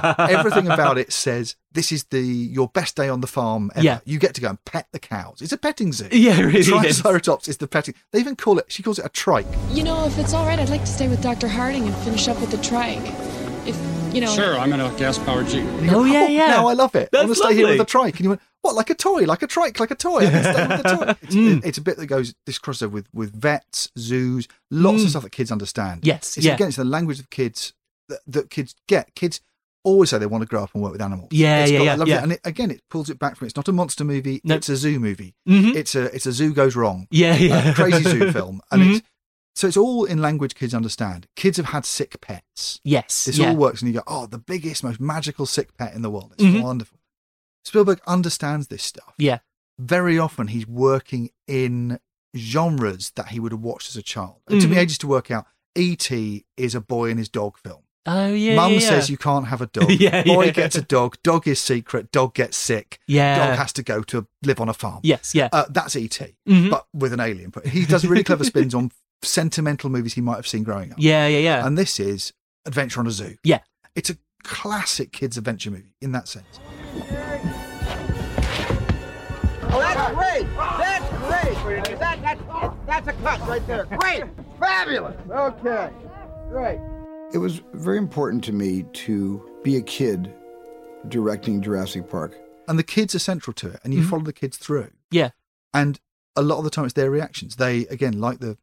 Speaker 2: Everything about it says this is the your best day on the farm ever.
Speaker 3: Yeah.
Speaker 2: You get to go and pet the cows. It's a petting zoo.
Speaker 3: Yeah, it really is.
Speaker 2: Triceratops is. the petting. They even call it. She calls it a trike.
Speaker 4: You know, if it's all right, I'd like to stay with Dr. Harding and finish up with the trike. If, you know.
Speaker 14: Sure, I'm in a gas powered Jeep.
Speaker 2: And you go,
Speaker 3: Oh, yeah, yeah.
Speaker 2: Now I love it. I
Speaker 3: That's
Speaker 2: want to stay here with
Speaker 3: lovely.
Speaker 2: a trike. And you went, what? Like a toy? Like a trike? Like a toy? I can stay with a toy. It's,
Speaker 3: Mm.
Speaker 2: it's a bit that goes this crossover with with vets, zoos, lots of stuff that kids understand.
Speaker 3: Mm. Yes,
Speaker 2: It's,
Speaker 3: yeah.
Speaker 2: Again, it's the language of kids that, that kids get. Kids. Always say they want to grow up and work with animals.
Speaker 3: Yeah,
Speaker 2: It's
Speaker 3: yeah,
Speaker 2: got
Speaker 3: yeah,
Speaker 2: that lovely-
Speaker 3: yeah.
Speaker 2: And it, again, it pulls it back from. It's not a monster movie.
Speaker 3: No.
Speaker 2: It's a zoo movie.
Speaker 3: Mhm.
Speaker 2: It's a it's a zoo goes wrong.
Speaker 3: Yeah, yeah.
Speaker 2: uh, crazy zoo film, and
Speaker 3: Mhm.
Speaker 2: it's so it's all in language kids understand. Kids have had sick pets.
Speaker 3: yes,
Speaker 2: This
Speaker 3: yeah.
Speaker 2: all works, and you go, oh, the biggest, most magical sick pet in the world. It's
Speaker 3: Mhm.
Speaker 2: wonderful. Spielberg understands this stuff.
Speaker 3: Yeah,
Speaker 2: Very often, he's working in genres that he would have watched as a child. It took me
Speaker 3: Mhm.
Speaker 2: ages to work out. E.T. is a boy and his dog film.
Speaker 3: oh yeah.
Speaker 2: Mum
Speaker 3: yeah, yeah.
Speaker 2: says you can't have a dog.
Speaker 3: Yeah,
Speaker 2: Boy
Speaker 3: yeah.
Speaker 2: gets a dog. Dog is secret. Dog gets sick.
Speaker 3: Yeah.
Speaker 2: Dog has to go to live on a farm.
Speaker 3: Yes, yeah.
Speaker 2: Uh, that's ET,
Speaker 3: Mhm.
Speaker 2: but with an alien. But he does really clever spins on sentimental movies he might have seen growing up.
Speaker 3: Yeah, yeah, yeah.
Speaker 2: And this is Adventure on a Zoo.
Speaker 3: yeah.
Speaker 2: It's a classic kids' adventure movie in that sense.
Speaker 17: Oh, that's great! That's great! That, that, that's a cut right there. Great! Fabulous! Okay, great.
Speaker 21: It was very important to me to be a kid directing Jurassic Park.
Speaker 2: And the kids are central to it, and you
Speaker 3: Mhm.
Speaker 2: follow the kids through.
Speaker 3: Yeah.
Speaker 2: And a lot of the time, it's their reactions. They, again, like the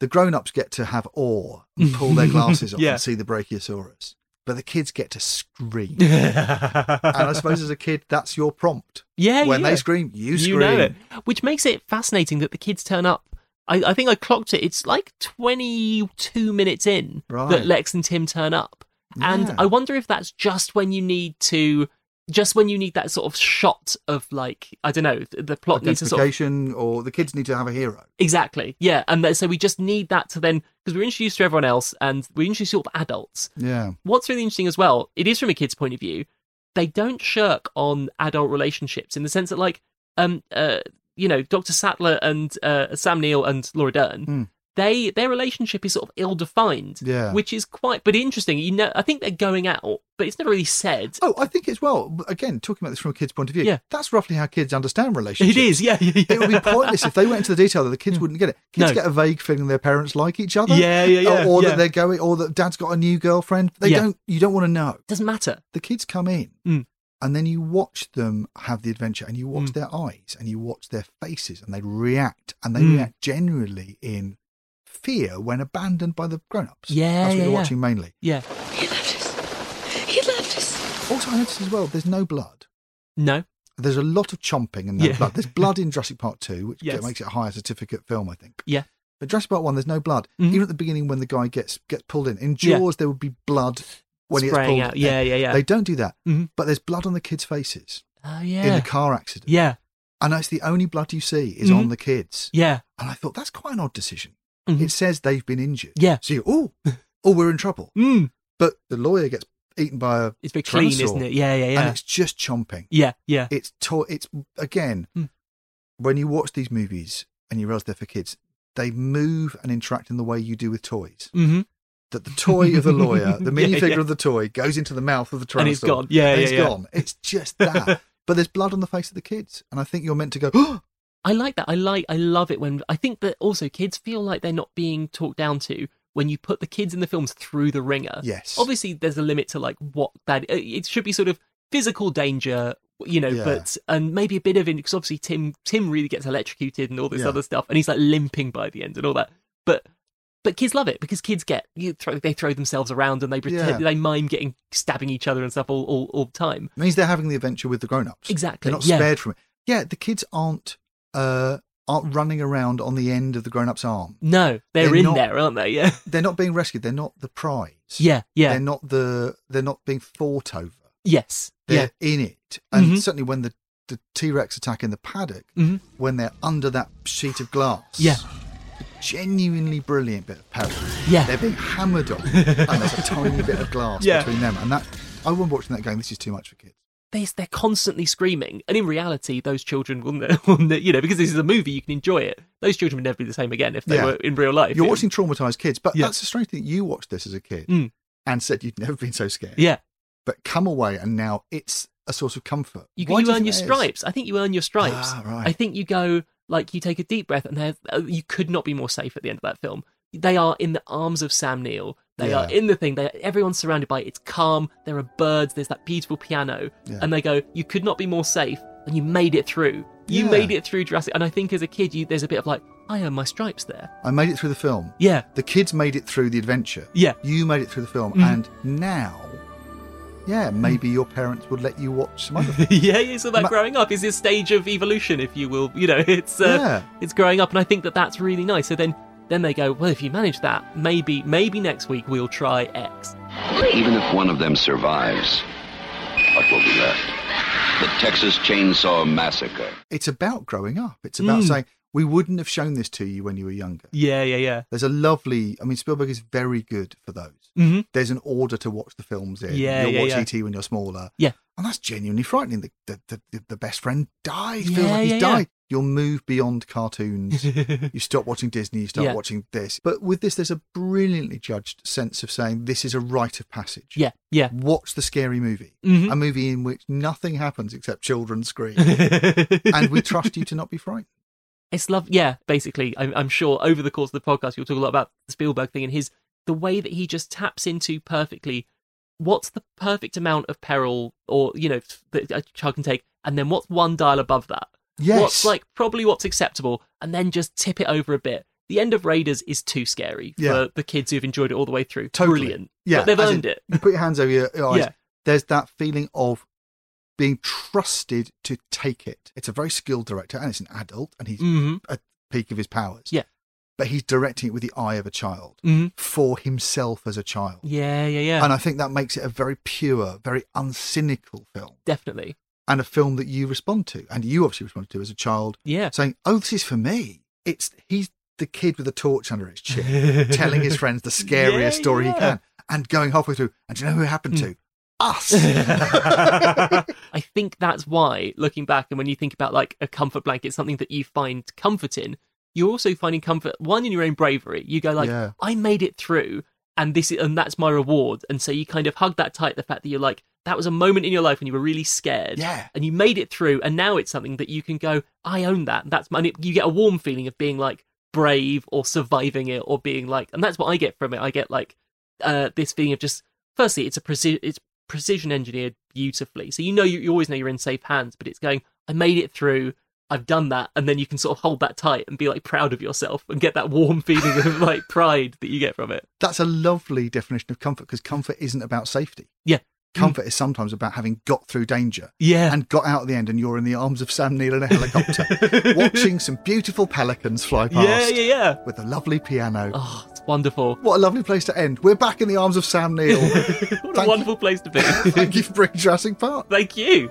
Speaker 2: the grown ups get to have awe and pull their glasses off
Speaker 3: Yeah.
Speaker 2: and see the Brachiosaurus, but the kids get to scream. and I suppose as a kid, that's your prompt.
Speaker 3: Yeah,
Speaker 2: when
Speaker 3: yeah.
Speaker 2: they scream, you scream.
Speaker 3: know it, which makes it fascinating that the kids turn up. I, I think I clocked it. It's like twenty-two minutes in
Speaker 2: Right.
Speaker 3: that Lex and Tim turn up, and
Speaker 2: Yeah.
Speaker 3: I wonder if that's just when you need to, just when you need that sort of shot of like I don't know, th- the plot needs to sort of
Speaker 2: Identification, or the kids need to have a hero.
Speaker 3: Exactly. Yeah, and th- so we just need that to then because we're introduced to everyone else and we're introduced to all the adults.
Speaker 2: Yeah.
Speaker 3: What's really interesting as well, it is from a kid's point of view. They don't shirk on adult relationships in the sense that, like, um, uh, you know, Doctor Sattler and uh, Sam Neill and Laura Dern,
Speaker 2: Hmm.
Speaker 3: they their relationship is sort of ill-defined.
Speaker 2: Yeah.
Speaker 3: which is quite, but interesting. You know, I think they're going out, but it's never really said.
Speaker 2: Oh, I think as well. Again, talking about this from a kid's point of view,
Speaker 3: Yeah.
Speaker 2: that's roughly how kids understand relationships.
Speaker 3: It is, yeah, yeah, yeah.
Speaker 2: It would be pointless if they went into the detail that the kids wouldn't get it. Kids
Speaker 3: Hmm. No.
Speaker 2: get a vague feeling their parents like each other.
Speaker 3: Yeah, yeah, yeah,
Speaker 2: Or, or
Speaker 3: yeah.
Speaker 2: that they're going, or that dad's got a new girlfriend. They
Speaker 3: Yeah.
Speaker 2: don't. You don't want to know.
Speaker 3: Doesn't matter.
Speaker 2: The kids come in,
Speaker 3: Mm.
Speaker 2: and then you watch them have the adventure, and you watch
Speaker 3: Hmm.
Speaker 2: their eyes, and you watch their faces, and they react, and they
Speaker 3: Mm.
Speaker 2: react generally in fear when abandoned by the grown-ups.
Speaker 3: Yeah,
Speaker 2: that's what
Speaker 3: yeah,
Speaker 2: you're
Speaker 3: yeah.
Speaker 2: watching mainly.
Speaker 3: Yeah,
Speaker 13: He left us. He left us.
Speaker 2: Also, I noticed as well, there's no blood.
Speaker 3: no,
Speaker 2: There's a lot of chomping and no
Speaker 3: Yeah.
Speaker 2: blood. There's blood in Jurassic Park 2, which
Speaker 3: Yes.
Speaker 2: makes it a higher certificate film, I think.
Speaker 3: yeah,
Speaker 2: But Jurassic Park 1, there's no blood. Even at the beginning when the guy gets gets pulled in. In
Speaker 3: Mm-hmm. Yeah.
Speaker 2: Jaws, there would be blood when he gets
Speaker 3: Spraying
Speaker 2: pulled
Speaker 3: out.
Speaker 2: in.
Speaker 3: Yeah, yeah, yeah.
Speaker 2: They don't do that.
Speaker 3: Mhm.
Speaker 2: But there's blood on the kids' faces
Speaker 3: oh
Speaker 2: in
Speaker 3: yeah,
Speaker 2: the car accident.
Speaker 3: yeah,
Speaker 2: And that's the only blood you see is
Speaker 3: Mhm.
Speaker 2: on the kids.
Speaker 3: yeah.
Speaker 2: And I thought, that's quite an odd decision.
Speaker 3: Mhm.
Speaker 2: It says they've been injured.
Speaker 3: Yeah.
Speaker 2: So you, oh, oh, we're in trouble.
Speaker 3: Mm.
Speaker 2: But the lawyer gets eaten by a
Speaker 3: It's very clean,
Speaker 2: tyrannosaur,
Speaker 3: isn't it? Yeah, yeah,
Speaker 2: And
Speaker 3: yeah,
Speaker 2: it's just chomping
Speaker 3: yeah, yeah.
Speaker 2: it's to- it's again
Speaker 3: Mm.
Speaker 2: when you watch these movies and you realize they're for kids they move and interact in the way you do with toys
Speaker 3: Mm-hmm.
Speaker 2: that the toy of the lawyer the
Speaker 3: Yeah,
Speaker 2: minifigure
Speaker 3: yeah.
Speaker 2: of the toy goes into the mouth of the tyrannosaur
Speaker 3: And it's gone. Yeah,
Speaker 2: and
Speaker 3: yeah,
Speaker 2: it's
Speaker 3: yeah.
Speaker 2: gone it's just that but there's blood on the face of the kids and i think you're meant to go oh
Speaker 3: I like that. I like. I love it when I think that also kids feel like they're not being talked down to when you put the kids in the films through the ringer.
Speaker 2: Yes.
Speaker 3: Obviously, there's a limit to like what that. It should be sort of physical danger, you know,
Speaker 2: Yeah.
Speaker 3: but and maybe a bit of because obviously Tim Tim really gets electrocuted and all this
Speaker 2: Yeah.
Speaker 3: other stuff, and he's like limping by the end and all that. But but kids love it because kids get you throw, they throw themselves around and they pretend
Speaker 2: Yeah.
Speaker 3: they mime getting stabbing each other and stuff all all, all the time.
Speaker 2: it means they're having the adventure with the grown-ups
Speaker 3: Exactly,
Speaker 2: they're not
Speaker 3: yeah.
Speaker 2: spared from it yeah the kids aren't uh aren't running around on the end of the grown-up's arm
Speaker 3: No, they're,
Speaker 2: They're
Speaker 3: in
Speaker 2: not-
Speaker 3: there, aren't they? Yeah.
Speaker 2: they're not being rescued they're not the prize
Speaker 3: Yeah. Yeah.
Speaker 2: they're not the they're not being fought over
Speaker 3: yes. Yeah.
Speaker 2: they're in it. And
Speaker 3: Mhm.
Speaker 2: certainly when the, the T Rex attack in the paddock,
Speaker 3: Mhm.
Speaker 2: when they're under that sheet of glass.
Speaker 3: Yeah.
Speaker 2: Genuinely brilliant bit of peril.
Speaker 3: Yeah.
Speaker 2: They're being hammered on, and there's a tiny bit of glass
Speaker 3: Yeah.
Speaker 2: between them. And that, I remember watching that going, this is too much for kids.
Speaker 3: they, they're constantly screaming. And in reality, those children will ne- will ne- you know, because this is a movie, you can enjoy it. Those children would never be the same again if they
Speaker 2: Yeah.
Speaker 3: were in real life.
Speaker 2: You're
Speaker 3: It-
Speaker 2: watching traumatized kids, but
Speaker 3: Yeah.
Speaker 2: that's the strange thing. You watched this as a kid
Speaker 3: Mm.
Speaker 2: and said you'd never been so scared.
Speaker 3: Yeah.
Speaker 2: But come away, and now it's a source of comfort.
Speaker 3: You,
Speaker 2: Why do
Speaker 3: you earn
Speaker 2: think
Speaker 3: your
Speaker 2: that is?
Speaker 3: stripes. I think you earn your stripes.
Speaker 2: Ah, right.
Speaker 3: I think you go, like, you take a deep breath, and they're- oh, you could not be more safe at the end of that film. They are in the arms of Sam Neill. They
Speaker 2: Yeah.
Speaker 3: are in the thing. They everyone's surrounded by it. It's calm. There are birds. There's that beautiful piano.
Speaker 2: Yeah.
Speaker 3: And they go, you could not be more safe. And you made it through. You
Speaker 2: Yeah.
Speaker 3: made it through Jurassic. And I think as a kid, you, there's a bit of like, I earned my stripes there.
Speaker 2: I made it through the film.
Speaker 3: Yeah.
Speaker 2: The kids made it through the adventure.
Speaker 3: Yeah.
Speaker 2: You made it through the film.
Speaker 3: Mhm.
Speaker 2: And now, yeah,
Speaker 3: Mm.
Speaker 2: maybe your parents would let you watch some other film.
Speaker 3: yeah, it's about
Speaker 2: Ma-
Speaker 3: growing up. It's this stage of evolution, if you will. You know, it's uh,
Speaker 2: Yeah.
Speaker 3: it's growing up, and I think that that's really nice. So then, then they go, well, if you manage that, maybe maybe next week we'll try X.
Speaker 14: Even if one of them survives, what will be left? The Texas Chainsaw Massacre.
Speaker 2: It's about growing up. It's about
Speaker 3: Mm.
Speaker 2: saying, we wouldn't have shown this to you when you were younger.
Speaker 3: Yeah, yeah, yeah.
Speaker 2: There's a lovely, I mean, Spielberg is very good for those.
Speaker 3: hmm
Speaker 2: There's an order to watch the films in.
Speaker 3: Yeah,
Speaker 2: You'll
Speaker 3: yeah,
Speaker 2: watch
Speaker 3: yeah.
Speaker 2: E.T. when you're smaller.
Speaker 3: Yeah.
Speaker 2: And that's genuinely frightening. The, the, the- the, the best friend dies.
Speaker 3: Yeah,
Speaker 2: feels like he's
Speaker 3: yeah, yeah.
Speaker 2: died. You'll move beyond cartoons. you stop watching Disney, you start
Speaker 3: Yeah.
Speaker 2: watching this. But with this, there's a brilliantly judged sense of saying this is a rite of passage.
Speaker 3: Yeah, yeah.
Speaker 2: Watch the scary movie,
Speaker 3: Mhm.
Speaker 2: a movie in which nothing happens except children scream. and we trust you to not be frightened.
Speaker 3: It's love. Yeah, basically, I'm, I'm sure over the course of the podcast, you'll talk a lot about the Spielberg thing and his the way that he just taps into perfectly what's the perfect amount of peril or you know that a child can take, and then what's one dial above that?
Speaker 2: Yes.
Speaker 3: What's like probably what's acceptable, and then just tip it over a bit. The end of Raiders is too scary
Speaker 2: Yeah.
Speaker 3: for the kids who've enjoyed it all the way through.
Speaker 2: Totally.
Speaker 3: Brilliant.
Speaker 2: Yeah,
Speaker 3: But they've
Speaker 2: as in,
Speaker 3: earned it.
Speaker 2: You put your hands over your your eyes.
Speaker 3: Yeah.
Speaker 2: There's that feeling of being trusted to take it. It's a very skilled director, and it's an adult, and he's
Speaker 3: Mhm.
Speaker 2: at the peak of his powers.
Speaker 3: Yeah.
Speaker 2: but he's directing it with the eye of a child
Speaker 3: Mhm.
Speaker 2: for himself as a child,
Speaker 3: Yeah, yeah, yeah.
Speaker 2: and I think that makes it a very pure, very uncynical film,
Speaker 3: definitely.
Speaker 2: and a film that you respond to, and you obviously responded to as a child.
Speaker 3: Yeah.
Speaker 2: saying, "Oh, this is for me." It's he's the kid with the torch under his chin, telling his friends the scariest
Speaker 3: Yeah,
Speaker 2: story he
Speaker 3: yeah. Hmm.
Speaker 2: can, and going halfway through. And do you know who it happened to? Us.
Speaker 3: I think that's why, looking back, and when you think about like a comfort blanket, something that you find comfort in, you're also finding comfort one in your own bravery. You go like,
Speaker 2: Yeah.
Speaker 3: I made it through, and this is, and that's my reward. And so you kind of hug that tight. The fact that you're like, that was a moment in your life when you were really scared,
Speaker 2: Yeah.
Speaker 3: and you made it through, and now it's something that you can go, I own that. That's my. And it, you get a warm feeling of being like brave or surviving it or being like, and that's what I get from it. I get like uh, this feeling of just firstly it's a precision it's precision engineered beautifully so you know you, you always know you're in safe hands but it's going i made it through i've done that and then you can sort of hold that tight and be like proud of yourself and get that warm feeling of like pride that you get from it
Speaker 2: That's a lovely definition of comfort because comfort isn't about safety.
Speaker 3: yeah
Speaker 2: Comfort is sometimes about having got through danger.
Speaker 3: Hmm. Yeah.
Speaker 2: And got out at the end, and you're in the arms of Sam Neill in a helicopter, watching some beautiful pelicans fly past.
Speaker 3: yeah yeah yeah
Speaker 2: With a lovely piano.
Speaker 3: oh it's wonderful
Speaker 2: What a lovely place to end. We're back in the arms of Sam Neill.
Speaker 3: what
Speaker 2: Thank
Speaker 3: a wonderful place to be
Speaker 2: Thank you for bringing Jurassic Park.
Speaker 3: thank you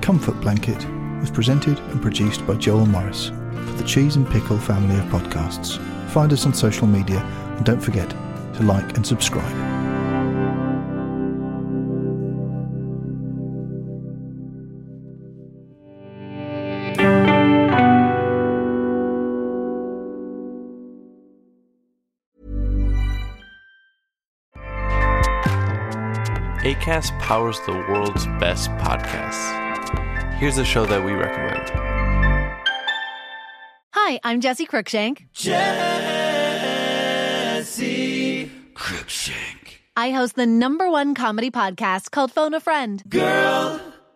Speaker 2: Comfort Blanket was presented and produced by Joel Morris for the Cheese and Pickle family of podcasts. Find us on social media and don't forget to like and subscribe.
Speaker 6: ACAST powers the world's best podcasts. Here's a show that we recommend.
Speaker 18: Hi, I'm Jesse Cruikshank.
Speaker 6: Jesse Cruikshank.
Speaker 18: I host the number one comedy podcast called Phone a Friend.
Speaker 6: Girl,